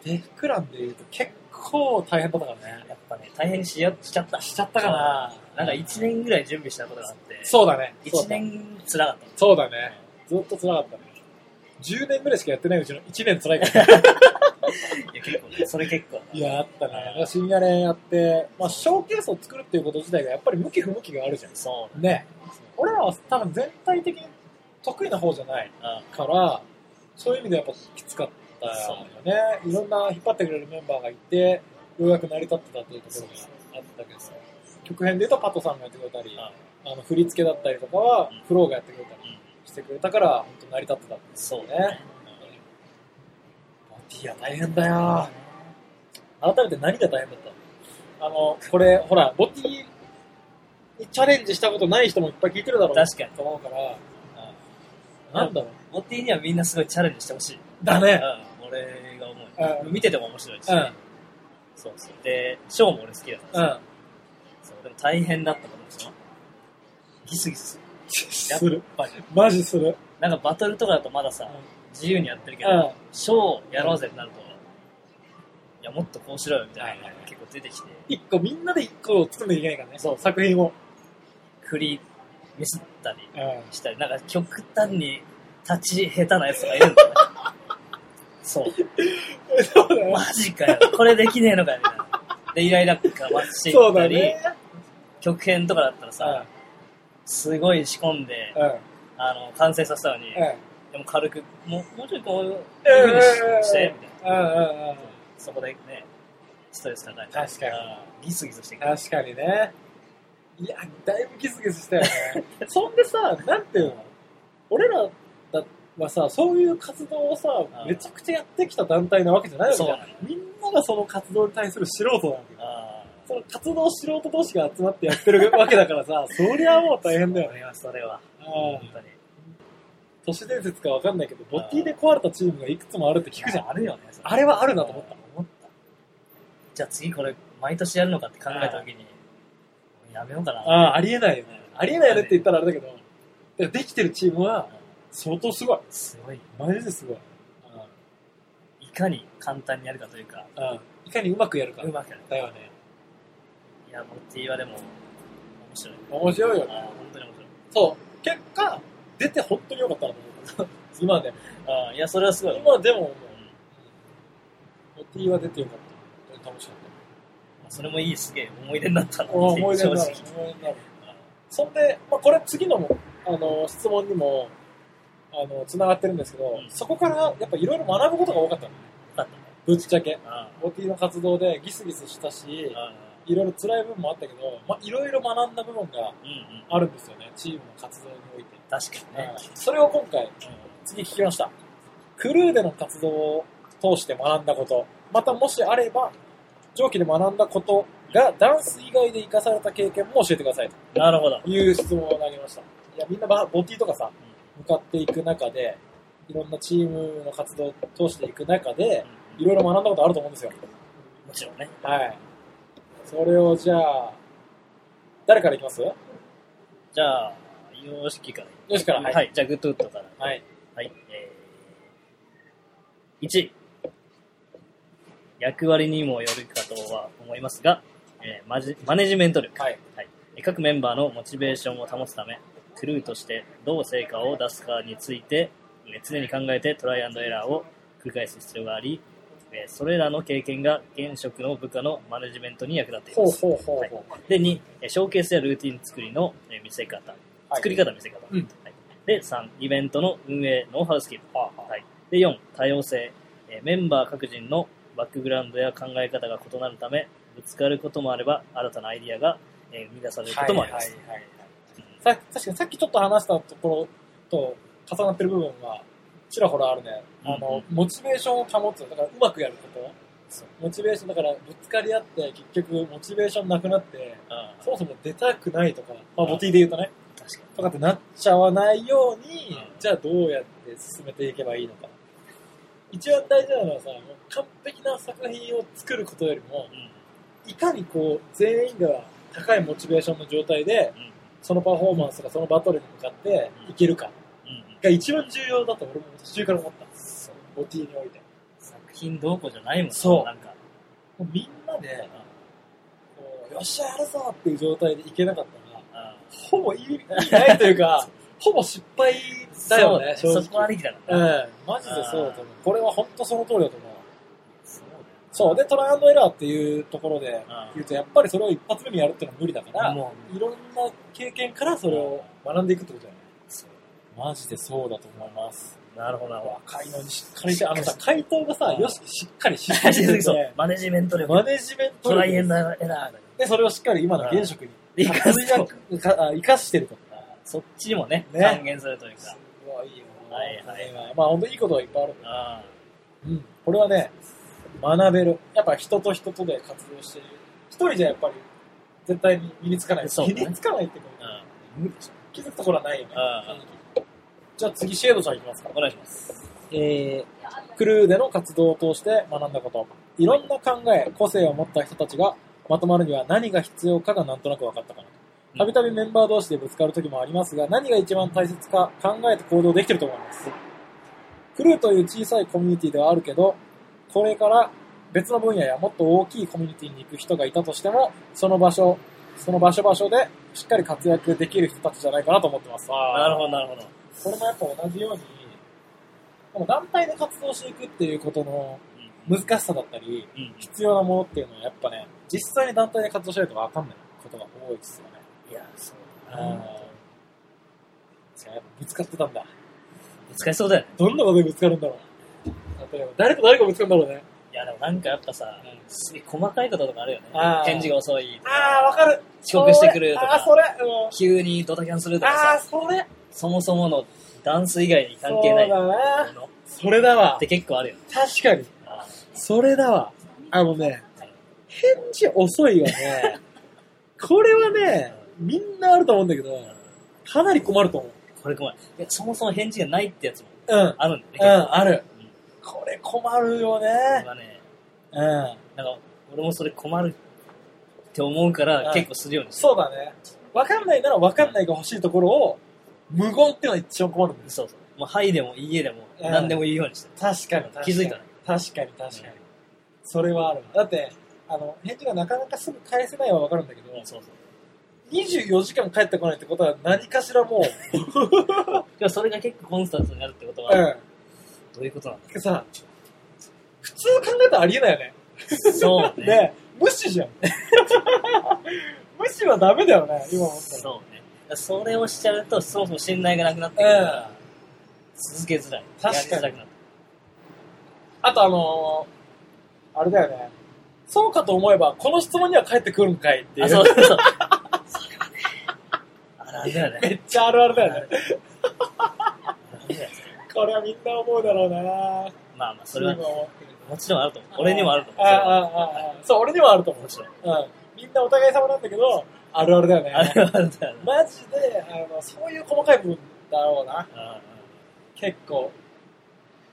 S2: デフクランで言うと結構大変だったからね。
S3: やっぱね、大変にしやしちゃった。
S2: しちゃったかな。
S3: なんか1年ぐらい準備したことがあって、
S2: そうだね。
S3: 1年つらかった。
S2: そうだね。ずっと辛かったね。10年ぐらいしかやってないうちの1年辛いから。
S3: いや、結構ね、それ結構。
S2: [LAUGHS] いや、あったね。だから深夜練やって、まあ、ショーケースを作るっていうこと自体がやっぱり向き不向きがあるじゃ。
S3: そうん
S2: ね。俺らは多分全体的に得意な方じゃない。
S3: だ。
S2: から、そういう意味でやっぱきつかったよね。いろんな引っ張ってくれるメンバーがいて、ようやく成り立ってたというところがあったけど、曲編で言うとパトさんがやってくれたり、
S3: あ
S2: あの振り付けだったりとかは
S3: うん、
S2: フローがやってくれた
S3: う
S2: り
S3: ん
S2: してくれたから、本当成り立ってたんです
S3: そう
S2: よね
S3: ね。。
S2: ボディア大変だよ。改めて何が大変だったあの、これ、ほら、ボディにチャレンジしたことない人もいっぱい聞いてるだろう
S3: 確かに。
S2: と思うから、
S3: うん
S2: なんだろう。
S3: ボティにはみんなすごいチャレンジしてほしい。
S2: だね。
S3: うん、俺が思
S2: う
S3: う。見てても面白いし。
S2: うん。
S3: そうそう。で、ショーも俺好きだか
S2: う
S3: らさ
S2: ん。
S3: そうでも大変だったと思うんですよ。ギスギスする。やっ
S2: [LAUGHS] する。
S3: ぱり。
S2: マジする。
S3: なんかバトルとかだとまださ、自由にやってるけ
S2: うん
S3: ど、ショーやろうぜってなると、いや、もっとこうしろよみたいなのが結構出てきて、
S2: 一個、みんなで一個を作んなきゃいけないからね。そう、作品を。
S3: 振りミスったり
S2: うん。あ
S3: したり、なんか極端に立ち下手なやつがいるんだね。
S2: [LAUGHS]
S3: そう。マジかよ。これできねえのかよ、みたいな。で、イライラが増してい
S2: そう
S3: った
S2: だ
S3: り、
S2: ね。
S3: 曲編とかだったらさ、すごい仕込んで
S2: う、ん。うん。
S3: あの、完成させたのに、
S2: うん。
S3: でも軽く、もう、もうちょいこういう風にし
S2: うん
S3: して、みたいな。
S2: うん。うん。
S3: そこでね、ストレス抱えて。
S2: 確かに
S3: に。ギスギスしてくる。
S2: 確かにね。いや、だいぶギスギスしたよね。そんでさ、なんていうの俺らはさ、そういう活動をさ
S3: う、ん
S2: めちゃくちゃやってきた団体なわけじゃないわけじゃ。
S3: そうん
S2: みんながその活動に対する素人なんだよ。
S3: あ
S2: その活動素人同士が集まってやってるわけだからさ、そりゃもう
S3: あ。
S2: 大変だよね。
S3: ね。それは。
S2: うん
S3: 本当に。
S2: 都市伝説かわかんないけど、ボッティで壊れたチームがいくつもあるって聞くじゃん。
S3: あるよね。それ
S2: あれはあるなと思った。
S3: 思った。じゃあ次これ、毎年やるのかって考えたときに、やめようかな。
S2: ああ、ありえないよね。ありえないよねって言ったらあれだけど、だからできてるチームは相当すごい。
S3: すごい。
S2: マジですごい。
S3: いかに簡単にやるかというか、
S2: うん。いかにうまくやるか
S3: う。まくやる。
S2: だよね。
S3: いや、ボッティはでも、面白い。
S2: 面白いよ
S3: あ
S2: ね。
S3: あ、本当に面白い。
S2: そう。結果、出て本当に良かったなと思う。 [LAUGHS] 今でも。
S3: ああ、いや、それはすごい。
S2: 今でも思う、
S3: うん
S2: ボッティは出て良かった。本当に楽しかっ
S3: それもいい、すげえ思い出になったな
S2: た。思い出にな
S3: 正
S2: る
S3: 直。
S2: 思い出になる。そんで、まあ、これ次のも、あの、質問にも、あの、繋がってるんですけど、
S3: うん
S2: そこからやっぱいろいろ学ぶことが多かったのね。
S3: だったね。
S2: ぶっちゃけ。
S3: あ
S2: OT の活動でギスギスしたし、
S3: あああ
S2: いろいろ辛い部分もあったけど、まあ、いろいろ学んだ部分が
S3: うんうん。
S2: あるんですよね。チームの活動において。
S3: 確かにね。
S2: それを今回、次聞きました。クルーでの活動通して学んだこと、またもしあれば、上記で学んだことがダンス以外で活かされた経験も教えてください
S3: なるほど。
S2: という質問を投げました。いや、みんなバボティとかさ、向かっていく中で、いろんなチームの活動を通していく中で、いろいろ学んだことあると思うんですよ。
S3: もちろんね。
S2: はい。それをじゃあ、誰からいきますよ
S3: じゃあ、様式から。
S2: しから。
S3: はい。じゃあ、グッドウッドから。
S2: はい。
S3: はい。えー、1、役割にもよるかとは思いますが、えーマジマネジメント力、
S2: はい。
S3: えー各メンバーのモチベーションを保つため、クルーとしてどう成果を出すかについて、えー常に考えてトライアンドエラーを繰り返す必要があり、えーそれらの経験が現職の部下のマネジメントに役立ってい
S2: ほ
S3: ま
S2: う
S3: す。
S2: ほうほうほう。
S3: で、2、えーショーケースやルーティン作りのえー見せ方。
S2: はい
S3: 作り方、見せ方。
S2: うん
S3: はいで、3、イベントの運営、ノウハウスキル。はい、で、4、多様性、えーメンバー各人のバックグラウンドや考え方が異なるため、ぶつかることもあれば、新たなアイディアが、えー生み出されることもあります。
S2: はいはいはいさ確かにさっきちょっと話したところと重なってる部分はちらほらあるね。あの、モチベーションを保つ。だからうまくやること。モチベーション、だからぶつかり合って結局モチベーションなくなって、
S3: うんうん
S2: そもそも出たくないとか、まあボティで言うとね、
S3: 確か
S2: とかってなっちゃわないように、
S3: うん
S2: じゃあどうやって進めていけばいいのか。一番大事なのはさ、もう完璧な作品を作ることよりも、
S3: に。
S2: いかにこう全員が高いモチベーションの状態で、
S3: うんうん
S2: そのパフォーマンスがそのバトルに向かっていけるか
S3: うんうん
S2: が一番重要だと俺も途中から思ったんですボティにおいて
S3: 作品どうこうじゃないもんな
S2: そう
S3: なんか、
S2: もうみんなでこうよっしゃやるぞっていう状態でいけなかったら
S3: あー
S2: ほぼ意味ないというかほぼ失敗だよね
S3: そう
S2: 正
S3: そ
S2: 直
S3: こはできた
S2: うん
S3: ら。
S2: マジでそうだと思うこれは本当その通りだと思う
S3: そう
S2: そうでトライアンドエラーっていうところで
S3: だよ
S2: 言うとやっぱりそれを一発目にやるってのは無理だか
S3: な
S2: ら
S3: もう、
S2: いろんな経験からそれを学んでいくってことだよね
S3: そう
S2: マジでそうだと思います
S3: なるほどなるほ
S2: 若いのにしっかりして、あのさ、回答がさ、
S3: うん
S2: よし、しっかりしっか
S3: ど。
S2: りしてる
S3: [LAUGHS] そう
S2: ね。
S3: マネジメント力、
S2: マネジメント
S3: トライアンドエ
S2: 力
S3: ラーだよ。
S2: で、それをしっかり今の現職に
S3: うん
S2: 活躍かあ生かしてると。
S3: そっちにもね、
S2: ね
S3: 還元するという
S2: す
S3: か。
S2: ごいよ。
S3: はいはい
S2: まあ、本当いいことはいっぱいある。
S3: あ
S2: うん。これはね、学べる。やっぱ人と人とで活動してる。一人じゃやっぱり、絶対に身につかない。
S3: そうね
S2: 身につかないってこ
S3: あうん
S2: と、無理でしょ気づくところはないよね。
S3: あ
S2: じゃあ次、シェードさんいきますか。
S3: お願いします。
S2: えークルーでの活動を通して学んだこといろんな考え個性を持った人たちがまとまるには何が必要かがなんとなく分かったかな
S3: うん
S2: たびたびメンバー同士でぶつかる時もありますが何が一番大切か考えて行動できてると思いますクルーという小さいコミュニティではあるけどこれから別の分野やもっと大きいコミュニティに行く人がいたとしてもその場所その場所場所でしっかり活躍できる人たちじゃないかなと思ってます
S3: なるほど、なるほど。
S2: これもやっぱ同じように、この団体で活動していくっていうことの
S3: うん
S2: 難しさだったり、
S3: うんうん
S2: 必要なものっていうのはやっぱね、実際に団体で活動してると分かんないことが多いですよね。
S3: いや、そうだ
S2: うん
S3: な。。
S2: じゃあやっぱぶつかってたんだ。
S3: 難しそうだよね。
S2: どんなことでぶつかるんだろう。例えば、誰と誰がぶつかるんだろうね。
S3: いや、でもなんかやっぱさ
S2: うん、
S3: すげえ細かいこととかあるよね
S2: あ。ー
S3: 返事が遅いと
S2: ああ、
S3: か、
S2: わかる。
S3: 遅刻してくると
S2: ああー、
S3: か、
S2: それ。うん
S3: 急にドタキャンするとか
S2: ああ、
S3: さ、
S2: それ。
S3: そもそものダンス以外に関係ない
S2: そ
S3: も
S2: うだな。
S3: のっ
S2: それだわ
S3: て。結構あるよね。
S2: 確かに。
S3: あ
S2: それだわ。あのね、返事遅いよ [LAUGHS] ね。これはね、みんなあると思うんだけど、かなり困ると思う。
S3: ーこれ困る。いや、そもそも返事がないってやつも
S2: うん。うん、
S3: あるんだよね。結構
S2: ある。
S3: うん
S2: これ困るよ
S3: これ
S2: ね。
S3: がね、
S2: うん。
S3: なんか、俺もそれ困るって思うから、結構するようにしてる。
S2: そうだね。わかんないならわかんないが欲しいところを、無言っていうのが一番困るんです。
S3: そうそう。もう、はいでも、いいえでも、
S2: うん
S3: 何でも言うようにしてる。
S2: 確かに、
S3: 気づいたね。
S2: 確かに、確かに。それはある。だって、あの、返事がなかなかすぐ返せないはわかるんだけど、
S3: うんそうそう。
S2: 24時間帰ってこないってことは何かしらもう、
S3: でも、それが結構コンスタントになるってことは、
S2: うん。
S3: どういうことなんだ
S2: てかさ、普通考えたらありえないよね。
S3: そうね。
S2: ね無視じゃん。 [LAUGHS] 無視はダメだよね、今思ったら。
S3: そうね。それをしちゃうと、そもそも信頼がなくなってくるから、続けづらい。
S2: 確かに
S3: やりづらくなる。
S2: あとあのー、あれだよね。そうかと思えば、この質問には返ってくるんかいってい
S3: あ、
S2: う。
S3: そうそうそう。あ、なんだよ
S2: め
S3: ね。
S2: っちゃあるあるだよね。
S3: なんだよね
S2: これはみんな思うだろうな
S3: まあまあ、それは
S2: チームは思ってる
S3: もちろんあると思う。俺にもあると思う。
S2: あ
S3: それ
S2: あ
S3: は
S2: ああそう、俺にもあると思う。
S3: もちろん。
S2: うん。みんなお互い様なんだけど、あるあるだよ
S3: あ
S2: ね。
S3: れはあるんだよな。
S2: マジで、あの、そういう細かい部分だろうな。
S3: ああ
S2: 結構。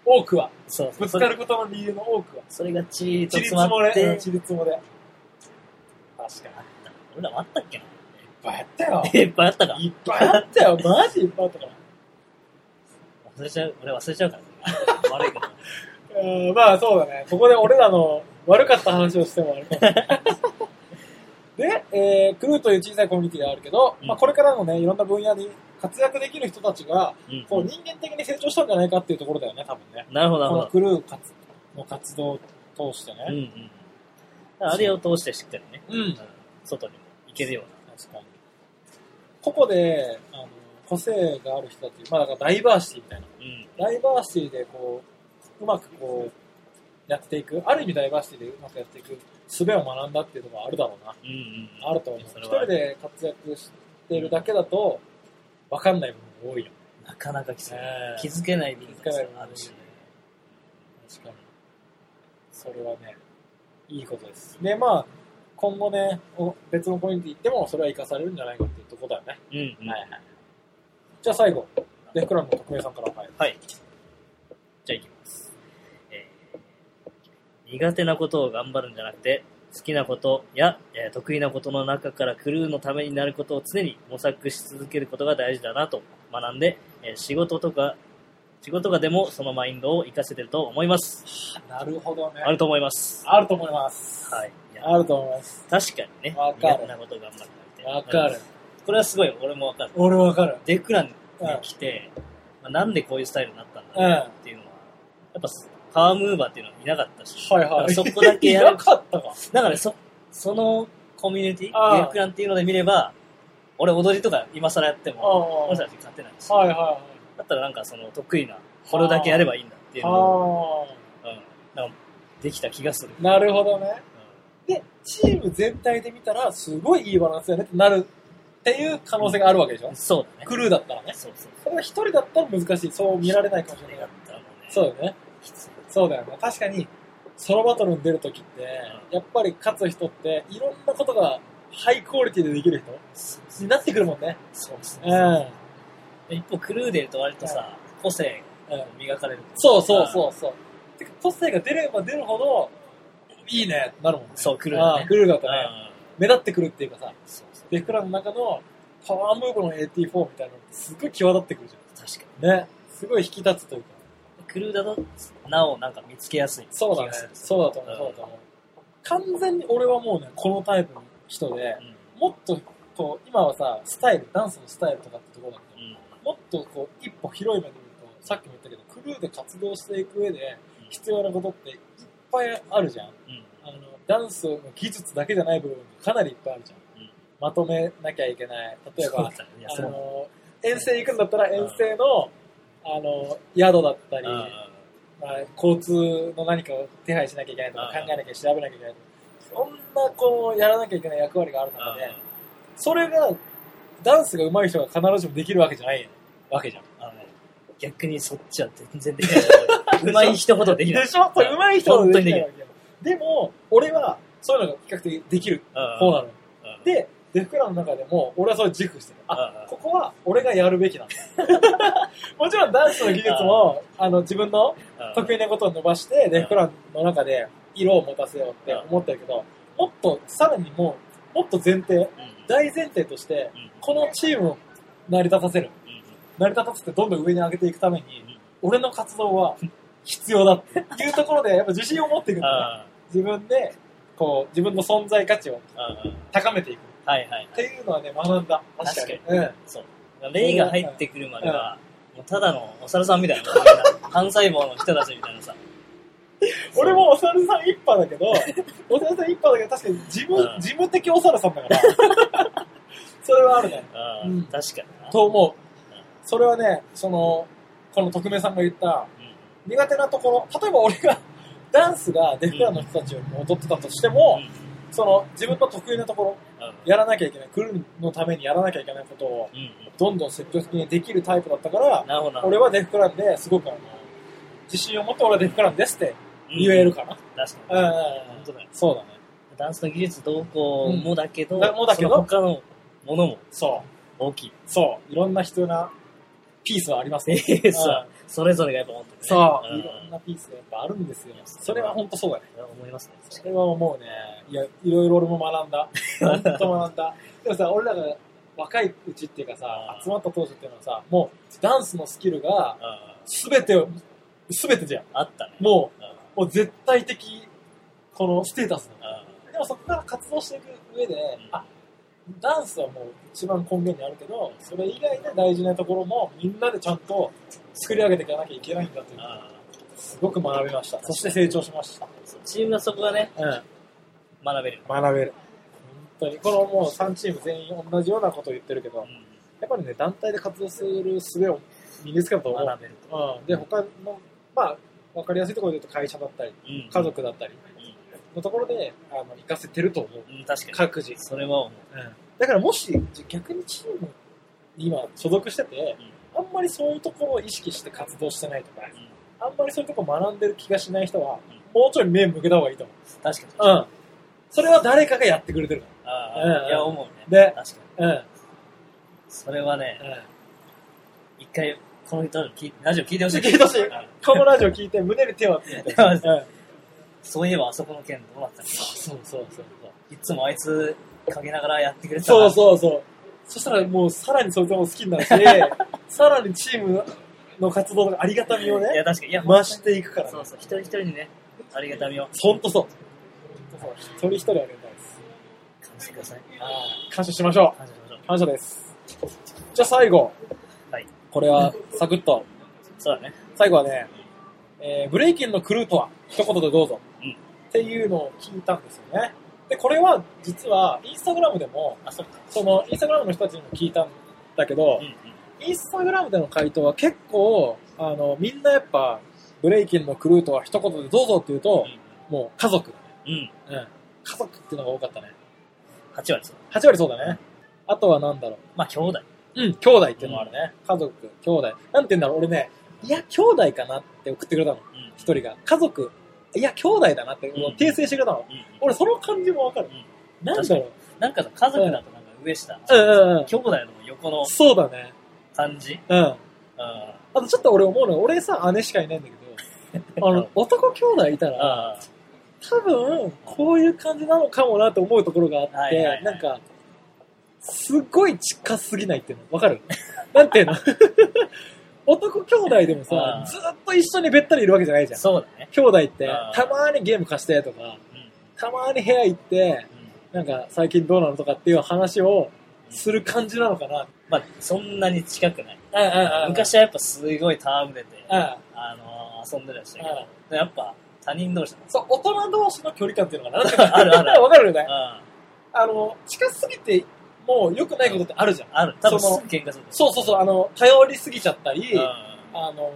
S2: 多くは。
S3: そうそ
S2: ぶ
S3: う。
S2: つ
S3: そ
S2: か
S3: れ
S2: ることの理由の多くは。
S3: それがチーと
S2: ちりつ
S3: 詰ま
S2: も
S3: っ
S2: れ。
S3: て、
S2: うんちりつもれ。確かに。
S3: 俺らもあったっけな [LAUGHS]
S2: いっぱいあったよ。
S3: いっぱいあったか。
S2: いっぱいあったよ。マジいっぱいあったから。
S3: 忘れちゃう、俺忘れちゃう
S2: [LAUGHS]
S3: から、悪いけど。
S2: うんまあそうだね。ここで俺らの悪かった話をしてもあるかもし
S3: [LAUGHS]
S2: れないで、えー、クルーという小さいコミュニティではあるけど、
S3: うん
S2: まあこれからのね、いろんな分野に活躍できる人たちが、
S3: うん
S2: こう人間的に成長したんじゃないかっていうところだよね、多分ね。
S3: なるほど、な
S2: こ
S3: る
S2: の
S3: ほ
S2: クルー活の活動を通して
S3: ど。うん
S2: ね。
S3: うん。あれを通してしっかりね、
S2: うん。
S3: うん外にも行けるよ
S2: 確かに。ここで、あの、個性がある人たち、まあだからダイバーシティみたいな。
S3: うな。うん。
S2: ダイバーシティでこう、うまくこう、やっていく。ある意味ダイバーシティでうまくやっていく術を学んだっていうのがあるだろうな。
S3: うんうんうん。
S2: あると思う。
S3: そ
S2: 一
S3: れは
S2: 人で活躍してるだけだと、わかんない部分が多いよね。
S3: なかなか気づ,、
S2: ね
S3: 気づけない部分
S2: 気づかない部分
S3: があるしね。
S2: 確かに。それはね、いいことです。で、まあ、今後ね、お別のコミュニティ行っても、それは活かされるんじゃないかっていうところだよね。
S3: うんうん。はい。
S2: じゃあ最後、レフクラムの徳江さんから、はい。
S3: じゃあ行きます、えー苦手なことを頑張るんじゃなくて、好きなことや、えー得意なことの中からクルーのためになることを常に模索し続けることが大事だなと学んで、えー仕事とか、仕事がでもそのマインドを活かせてると思います。
S2: なるほどね。
S3: あると思います。
S2: あると思います。
S3: はい。いや
S2: あると思います。
S3: 確かにね。
S2: わかる
S3: 苦手なことを頑張るんじゃなくて。
S2: わかる。。
S3: これはすごい、俺もわかる。
S2: 俺わかる。
S3: デクランに
S2: うん
S3: 来て、まあ、なんでこういうスタイルになったんだ
S2: うん。
S3: ろう
S2: は
S3: っていうのは、やっぱパワームーバーっていうのはいなかったし、
S2: いは
S3: だ
S2: い。
S3: からそこだけや
S2: な
S3: る。
S2: かったか。
S3: だからそ、そのコミュニテ
S2: あ
S3: ィ、
S2: あ
S3: デクランっていうので見れば、俺踊りとか今更やって
S2: ああ。
S3: も、この
S2: は
S3: 人たち
S2: い
S3: 勝てないし、
S2: はいはい。
S3: だったらなんかその得意な、これだけやればいいんだっていうのを、
S2: あ
S3: うん、なんかできた気がする。
S2: あ。なるほどね。
S3: う
S2: で、チーム全体で見たら、すごいいいバランスだよねってなるっていう可能性があるわけでしょ
S3: ん、そうだね。
S2: クルーだったらね。
S3: そうそう。
S2: それが一人だったら難しい。そう見られないかもしれない。
S3: だもんね。
S2: そうだよね。
S3: きつい
S2: そうだよね。確かに、ソロバトルに出るときって、やっぱり勝つ人って、いろんなことがハイクオリティでできる
S3: そう
S2: 人になってくるもんね。
S3: そうそう
S2: うん。うん。
S3: で一方、クルーでいると割とさ、個性が磨かれる。
S2: そうそうそうそう。てか、個性が出れば出るほど、いいねってなるもんね。
S3: そうクルーだ
S2: あ
S3: ね
S2: あクルーだと
S3: う
S2: ね、
S3: ん
S2: 目立ってくるっていうかさ、
S3: そうそう。
S2: デクラの中のパワームーブの84みたいなのってすごい際立ってくるじ
S3: 確かに。
S2: ゃん。ね。すごい引き立つというか。
S3: クルーだと、なおなんか見つけやすい気
S2: そうだね
S3: がする。
S2: そうだと思う、そうだと思う。完全に俺はもうね、このタイプの人で、
S3: うん
S2: もっとこう、今はさ、スタイル、ダンスのスタイルとかってところだけ
S3: うん
S2: ど、もっとこう、一歩広い目で見ると、さっきも言ったけど、クルーで活動していく上で
S3: うん
S2: 必要なことっていっぱいあるじゃん。
S3: うん
S2: あの、ダンスの技術だけじゃない部分がかなりいっぱいあるじゃん。
S3: うん
S2: まとめなきゃいけない。例え
S3: そうだ
S2: ば
S3: ね、いや
S2: あ
S3: そうだね
S2: の、遠征行くんだったら遠征の、あの、宿だったり、まあ、交通の何かを手配しなきゃいけないとか、
S3: う
S2: 考
S3: ん
S2: えなきゃ調べなきゃいけないとか、そんなこう、やらなきゃいけない役割がある中で、それが、ダンスが上手い人が必ずしもできるわけじゃないわけじゃん。
S3: あのね逆にそっちは全然できない。うまい人ほどできない。
S2: でしょこれ上手い人が
S3: 本当
S2: で
S3: にでき
S2: きない
S3: ない
S2: わ。けよでも、俺は、そういうのが比較的できる方なの。
S3: うん、
S2: で、デフクラの中でも、俺はそれを軸してる。あ、
S3: あ
S2: ここは俺がやるべきなんだ。
S3: [LAUGHS]
S2: もちろんダンスの技術も、あの、自分の得意なことを伸ばして、レフクランの中で色を持たせようって思ってるけど、もっと、さらにもう、もっと前提、大前提として、このチームを成り立たせる。成り立たせてどんどん上に上げていくために、俺の活動は必要だっていうところで、やっぱ自信を持っていくんだね。自分で、こう、自分の存在価値を高めていく。っ
S3: はいはい。
S2: ていうのはね、学んだ。
S3: 確かに
S2: うん。
S3: そう。レイが入ってくるまでは、もうただのお猿さんみたいなもんだから、単細胞の人たちみたいなさ。
S2: 俺もお猿さん一派だ
S3: [LAUGHS]
S2: けど、お猿さん一派だけど、確かに事務、
S3: うん
S2: 事務的お猿さん
S3: [LAUGHS]
S2: だから。それはあるね。
S3: あー、
S2: うん
S3: 確かにな。
S2: と思う。それはね、その、この匿名さんが言った、
S3: う
S2: 苦手なところ、例えば俺が、ダンスがデフクラの人たちを踊ってたとしても
S3: ん、うん
S2: その、自分の得意なところ、やらなきゃいけない、クルーのためにやらなきゃいけないことを、
S3: うんうん
S2: どんどん積極的にできるタイプだったから、
S3: なるほどなるほど。
S2: 俺はデフクランですごくあの、自信を持って俺はデフクランですって
S3: うん
S2: 言えるかな。
S3: 確
S2: うん
S3: か
S2: うん
S3: に。
S2: うん
S3: 本当だよ。
S2: そうだね。
S3: ダンスの技術どうこうもだけど、
S2: うんだもだけど
S3: その他のものも
S2: そう。
S3: 大
S2: [LAUGHS]
S3: きい。
S2: そう。いろんな必要なピースはありますね。
S3: そうそれぞれがやっぱ持ってる、ね。
S2: そう。
S3: ん
S2: いろんなピースがやっぱあるんですよ。
S3: そう
S2: それは本当そうだね。
S3: いや思いますね。
S2: それは思うね。いや、いろいろ俺も
S3: [LAUGHS]
S2: 学んだ。本当学んだ。でもさ、俺らが若いうちっていうかさ
S3: う、ん
S2: 集まった当初っていうのはさ、もうダンスのスキルが
S3: あ
S2: 全てを、全てじゃん。
S3: ああったね。
S2: も
S3: うん
S2: う、もう絶対的、このステータスなの
S3: あ
S2: でもそこから活動していく上で、
S3: ん
S2: あ、ダンスはもう一番根源にあるけど、それ以外で大事なところもみんなでちゃんと作り上げていかなきゃいけないんだというのを
S3: あ
S2: すごく学びました。そして成長しました。
S3: そうチームのそこがね、
S2: うん。
S3: 学べる。
S2: 学べる。本当に。このもう3チーム全員同じようなことを言ってるけど、
S3: う
S2: やっぱりね、団体で活動する術を身につけたと
S3: ん、
S2: 思
S3: 学べると。
S2: う。うん。で、他の、まあ、わかりやすいところで言うと会社だったり、
S3: うん
S2: 家族だったりのところで、あの、活かせてると思う。
S3: うん、うん確かに。
S2: 各自。
S3: それは思う。
S2: だからもし逆にチームに今所属してて、あんまりそういうところを意識して活動してないとか、
S3: うん
S2: あんまりそういうところ学んでる気がしない人は、
S3: うん
S2: もうちょい目向けた方がいいと思
S3: 確かに。
S2: う。うん。それは誰かがやってくれてるか
S3: あ
S2: うん
S3: あ、いや、思うね。
S2: で
S3: 確かに。
S2: ら。うん。
S3: それはね、
S2: うん。
S3: 一回、この人の聞いラジオ聞いてほしい。
S2: 聞いてほしい
S3: うん
S2: [LAUGHS] このラジオ聞いて胸に手を当てて。
S3: うん
S2: うん。
S3: そういえば、あそこの件どうなったの
S2: そうそうそうそう。
S3: いつもあいつ、陰ながらやってくれてた
S2: そう
S3: う。
S2: そうそう。そしたらもうさらにそいつも好きになるし、 [LAUGHS] さらにチームの活動のありがたみを
S3: い
S2: ね、
S3: や、確かに。いや、
S2: 増していくからね
S3: そうそう。一人一人にね、ありがたみを
S2: ほんとそう。ほんとそう。一人一人ありがたいです。
S3: 感じてください。
S2: 感謝しましょ
S3: 感謝しましょう
S2: う。。感謝です。じゃあ最後。
S3: はい。
S2: これは、サクッと。
S3: そうだね。
S2: 最後はね、えーブレイキンのクルーとは、一言でどうぞ。
S3: うん
S2: っていうのを聞いたんですよね。で、これは、実は、インスタグラムでも、
S3: あ、そっか。
S2: その、インスタグラムの人たちにも聞いたんだけ
S3: うん、う
S2: ど
S3: ん。
S2: インスタグラムでの回答は結構、あの、みんなやっぱ、ブレイキンのクルーとは一言でどうぞって言うと、もう家族だね。
S3: うん。
S2: うん。家族っていうのが多かったね。
S3: 8割そう。
S2: 8割そうだね。あとはなんだろう。
S3: まあ、兄弟。
S2: うん、兄弟っていうのもあるね。家族、兄弟。なんて言うんだろう、俺ね、いや、兄弟かなって送ってくれたの、
S3: うん
S2: 一人が。家族、いや、兄弟だなって、
S3: うん
S2: 訂正してくれたの。
S3: うんうん
S2: 俺、その感じもわかる。
S3: う
S2: なんだろう。
S3: なんかさ家族だとなんか上下、
S2: うんうんうん。
S3: 兄弟の横の
S2: そうだね。
S3: 感じ。
S2: うん。あ
S3: うん。あ
S2: と、ちょっと俺思うのは、俺さ、姉しかいないんだけ [LAUGHS] ど、あ
S3: う
S2: の
S3: ん、
S2: 男兄弟いたら、
S3: あ。
S2: 多分、こういう感じなのかもなと思うところがあっ
S3: はいはいは
S2: て、
S3: い
S2: なんか、すごい近すぎないっていうの、わかる [LAUGHS] なんていうの男兄弟でもさ
S3: う、ん
S2: ずっと一緒にべったりいるわけじゃないじゃん。
S3: そうだね。
S2: 兄弟って
S3: うん、
S2: たまーにゲーム貸してとか、
S3: うん。
S2: たまーに部屋行って、
S3: うん
S2: なんか最近どうなのとかっていう話をする感じなのかな。
S3: まあ、そんなに近くない。
S2: 昔、
S3: 昔はやっぱすごい戯れて、
S2: うん
S3: あのー遊んでらっしゃる
S2: うん
S3: けど、やっぱ他人同士だ
S2: そう、大人同士の距離感っていうのかな。
S3: [LAUGHS] あるある
S2: [LAUGHS] わかるよね。
S3: な。うん。
S2: あの、近すぎて、もう良くないことってあるじゃん。
S3: ある。多分
S2: その
S3: すぐ喧嘩する。
S2: そうそうそう、あの、頼りすぎちゃったり、
S3: うん。
S2: あの、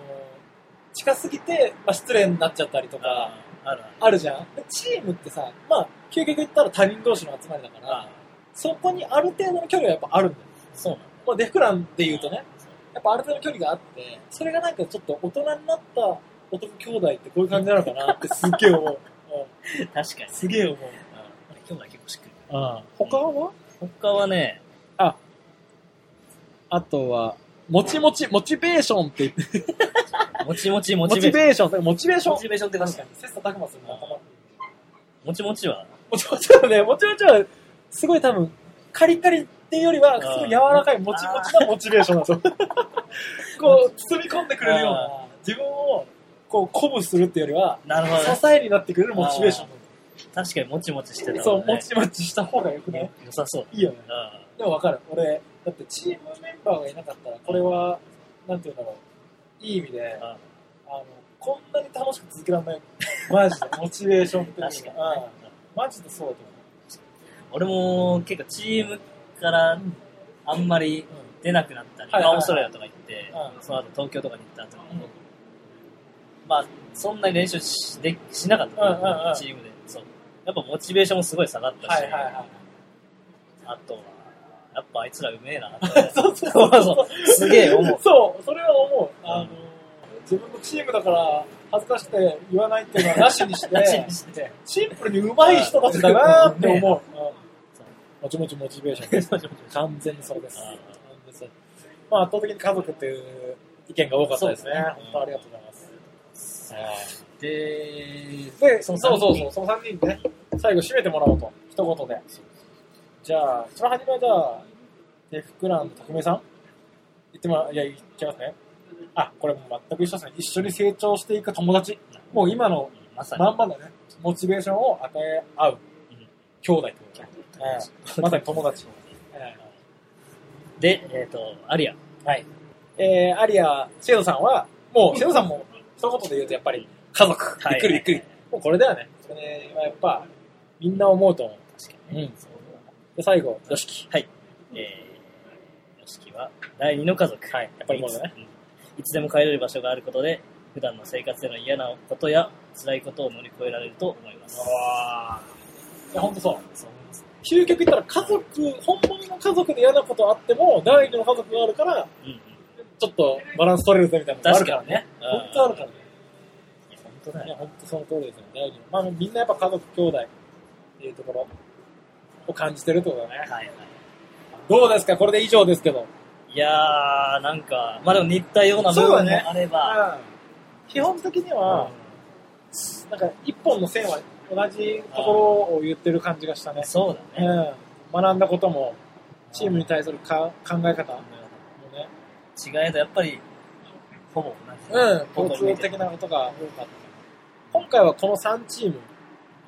S2: 近すぎて、まあ、失礼になっちゃったりと
S3: あ
S2: か、
S3: ある
S2: あるじゃん。でチームってさ、まあ、究極言ったら他人同士の集まりだか
S3: ある
S2: ら、。そこにある程度の距離はやっぱあるんだよ。
S3: そうなんだ。
S2: まあ、デフクランで言うとね、
S3: そう。
S2: やっぱある程度の距離があって、それがなんかちょっと大人になった男兄弟ってこういう感じなのかなってすっげえ
S3: [LAUGHS]
S2: 思う。うん
S3: 確かに。
S2: すげえ思う。
S3: うん。兄弟結構しっくり。
S2: 他は
S3: 他はね、
S2: あとは、もちもち、モチベーションって言って、
S3: もちもちモ
S2: モ
S3: チ
S2: チ
S3: ベーシ
S2: ベーションそれ、モチベーシ
S3: ョン。
S2: ョ
S3: モ
S2: ン
S3: チ。ベーションって確
S2: 確
S3: か
S2: か
S3: に
S2: に、。切磋琢磨するの頭
S3: もちもちは、
S2: もちもちはね、もちもちは、すごい多分、カリカリっていうよりは、すごい柔らかいもちもちなモチベーションなんですよ。こう、包み込んでくれるような、自分を、こう、鼓舞するっていうよりは、
S3: なるほどね。
S2: 支えになってくれるモチベーション。
S3: 確かにもちもちしてたもんね。
S2: そう、もちもちした方がよくない
S3: よ良さそう。
S2: いいよね。
S3: あ
S2: でもわかる。俺、だってチームメンバーがいなかったら、これは、なんていうんだろう、いい意味で、
S3: あ
S2: あの、こんなに楽しく続けられない。マジで、モチベーションっていうのが。
S3: 確かに
S2: うんマジでそうだと思
S3: 俺も結構チームからあんまり
S2: う。うん
S3: 出なくなったり、
S2: はい
S3: まあ
S2: はいはい
S3: オーストラリアとか行って、
S2: うん
S3: その後東京とかに行った後に、
S2: うん
S3: まあそんなに練習しでしなかった、
S2: うんうんうん
S3: チームで。そう。やっぱモチベーションもすごい下がった
S2: は
S3: し、
S2: いはいはい。
S3: あとは、やっぱあいつらうめえな。
S2: [LAUGHS] そうそうそう。 [LAUGHS]
S3: そうすげえ思う。
S2: そう、それは思う。あの、自分のチームだから恥ずかしくて言わないっていうのはなしにし
S3: [LAUGHS] なしに
S2: て、
S3: して
S2: シンプルに上手い人たちだなっ
S3: [LAUGHS]
S2: て思う。うんもちもちモチベーションです。完全にそうです。
S3: あー
S2: 完全にそうまあ圧倒的に家族っていう意見が多かったですね。
S3: そうですね
S2: 本当ありがとうございます。
S3: [LAUGHS] で、
S2: で、
S3: そ
S2: そ
S3: の
S2: の
S3: 三
S2: そ
S3: 人
S2: うそうそう、その3人ね、最後締めてもらおうと、一言で。じゃあ、一番初めはじゃあ、テフクランの匠さん言ってもらいや、言っちゃいますね。あ、これも全く一緒ですね。一緒に成長していく友達。もう今の
S3: まさに、
S2: まんまだね、モチベーションを与え合う
S3: うん
S2: 兄弟ってことだねええまさに友達。え
S3: で、えっ、と、アリア。
S2: えはい。えー、アリア、シェドさんは、もう、シェドさんも、一言で言うとやっぱり、家族。びっくりびっくり。もうこれだよね。これはやっぱ、みんな思うと思う。
S3: 確かにね。そう
S2: で、最後、
S3: よしき。はい。えー、よしきは、第二の家族。
S2: はい、やっぱりもう
S3: い
S2: ね。
S3: つうんいつでも帰れる場所があることで、普段の生活での嫌なことや辛いことを乗り越えられると思います。
S2: わいや、ほんとそう。究極言ったら家族、本物の家族で嫌なことあっても、第二の家族があるから、
S3: うんうん。
S2: ちょっとバランス取れるぜみたいなのがあるからね。
S3: 確かにね
S2: 本当あるからね。
S3: 本当だ
S2: い
S3: よ。
S2: や、本当その通りですよね。第二の。まあ、みんなやっぱ家族、兄弟っていうところを感じてるってことだね。
S3: はいはい。
S2: どうですかこれで以上ですけど。
S3: いやー、なんか、まあでも似たような部分もあれば、
S2: 基本的には、なんか一本の線は同じところを言ってる感じがしたね。
S3: そうだね。
S2: うん、学んだことも、チームに対するか考え方もね、
S3: 違いとやっぱり、ほぼ同じ。
S2: うん、共通的なことが多かった。今回はこの3チーム、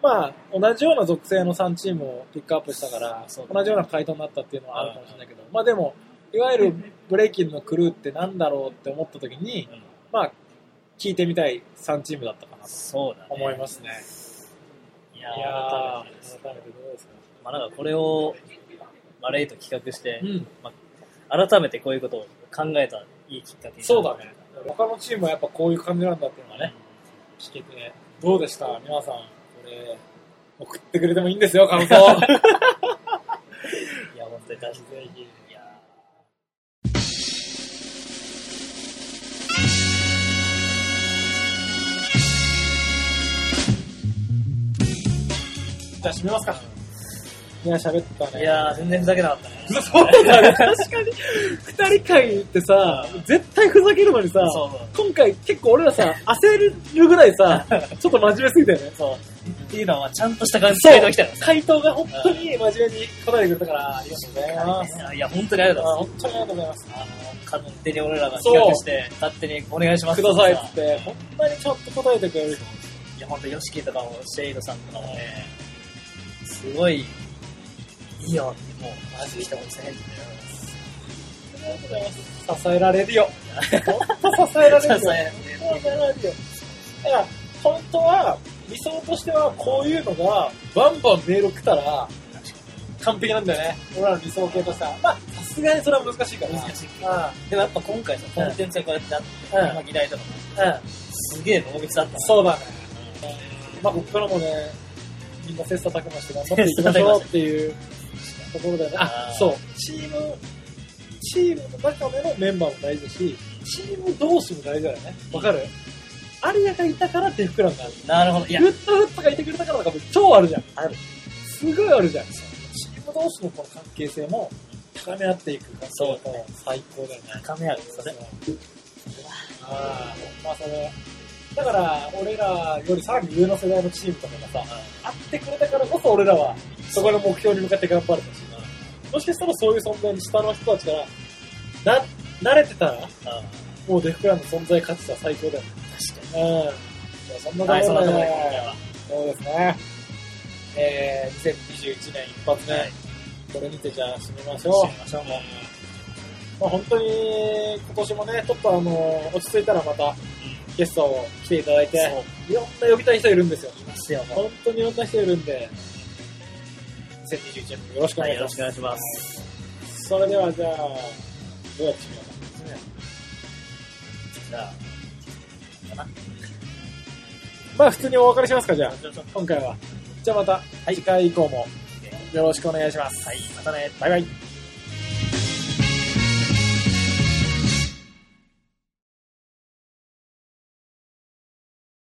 S2: まあ、同じような属性の3チームをピックアップしたから、
S3: そう
S2: 同じような回答になったっていうのはあるかもしれないけど、まあでも、いわゆるブレイキンのクルーってなんだろうって思った時に、
S3: うん
S2: まあ、聞いてみたい3チームだったかなと
S3: そうだね。
S2: 思いますね。
S3: いや
S2: いや
S3: ー、
S2: ー
S3: 改めてです
S2: 改めてどうですか
S3: まあなんかこれを、まあ、レイと企画して
S2: う、ん、
S3: 改めてこういうことを考えたいいきっかけになる
S2: そうだね。他のチームはやっぱこういう感じなんだっていうのがね、聞けて、どうでした皆さん、これ、送ってくれてもいいんですよ、感 [LAUGHS] 想。
S3: いや、本当に大事で。
S2: ぜひ。
S3: いや
S2: じゃあ、締めますか。いや、喋った
S3: ー
S2: ね。
S3: い、やー全然ふざけなかったね。
S2: そうだね。 [LAUGHS] 確かに、二人会ってさ、絶対ふざけるのにさ、
S3: そうそう
S2: 今回結構俺らさ、焦るぐらい [LAUGHS] さ、ちょっと真面目すぎたよね。
S3: そう。っていうのは、ちゃんとした感じで書いてきたの。
S2: 回答が本当に真面目に答えてくれたから、ありがとうございます。
S3: いや、本当にありが
S2: あ
S3: とうござい
S2: 本当にありがとうございます。
S3: ます。あの、勝手に俺らが企画して、勝手にお願いします
S2: くださいっつって、ほんまにちょっと答えてくれる
S3: い
S2: 人。
S3: や、ほんと、ヨシキとかも、シェイドさんとかもね、すごい、いいよって、もう、マジで一言せへんって。
S2: 支えられる [LAUGHS] よ。本当支えられ
S3: [LAUGHS] 支
S2: るよ。
S3: えられる
S2: 支えられるよ。だから、本当は、理想としてはこういうのが、バンバンメール来たら、完璧なんだよね。俺らの理想形としては。まあ、さすがにそれは難しいから。
S3: 難しいけどでもやっぱ今回さ、コンテンツがこうやってあって、
S2: うん
S3: まあ議題とかも、
S2: うん。うん。
S3: すげえ濃密だったな
S2: そうだね。まあ、こっからもね、みんな切磋琢磨して頑張っていきましょうっていうところだよね。
S3: あ
S2: あ
S3: ー、
S2: そう。チーム、チームの中でのメンバーも大事だし、チーム同士も大事だよね。わかるアリアがいたからデフクランがある。
S3: なるほど。いや、
S2: グッドフットがいてくれたからとかも超あるじゃん。
S3: ある
S2: すごいあるじゃん。チーム同士のこの関係性も高め合っていく感じが最高だよね。
S3: 高め合う。それ。
S2: ああ、まあそれ。だから、俺らよりさらに上の世代のチームとかがさ、会ってくれたからこそ俺らは、そこの目標に向かって頑張れたし、もしかしたらそういう存在に下の人たちから、な、慣れてたら、
S3: あ
S2: もうデフクランの存在価値は最高だよね。
S3: 確
S2: うん。いやそんなところ
S3: はい、
S2: で
S3: そんなところで今回は。
S2: そうですね。えー、2021年一発目、
S3: はい
S2: これにてじゃあ締めまし
S3: どう
S2: ょ
S3: しましょう、もう。
S2: う。まあ、本当に今年もね、ちょっとあの、落ち着いたらまたゲストを来ていただいて、
S3: そう、
S2: いろんな呼びたい人いるんですよ。
S3: ますよ、も
S2: 本当にいろんな人いるんで、2021年もよろしく
S3: う。
S2: お
S3: は
S2: 願い
S3: い、よろ
S2: します
S3: し。くお願いします。
S2: それではじゃあ、どうやって締めようか。
S3: じゃあ、
S2: まあ普通にお別れしますか、じゃあ、
S3: ちょっと
S2: 今回は。じゃあまた、次回以降もよろしくお願いします。
S3: はい、またね。
S2: バイバイ。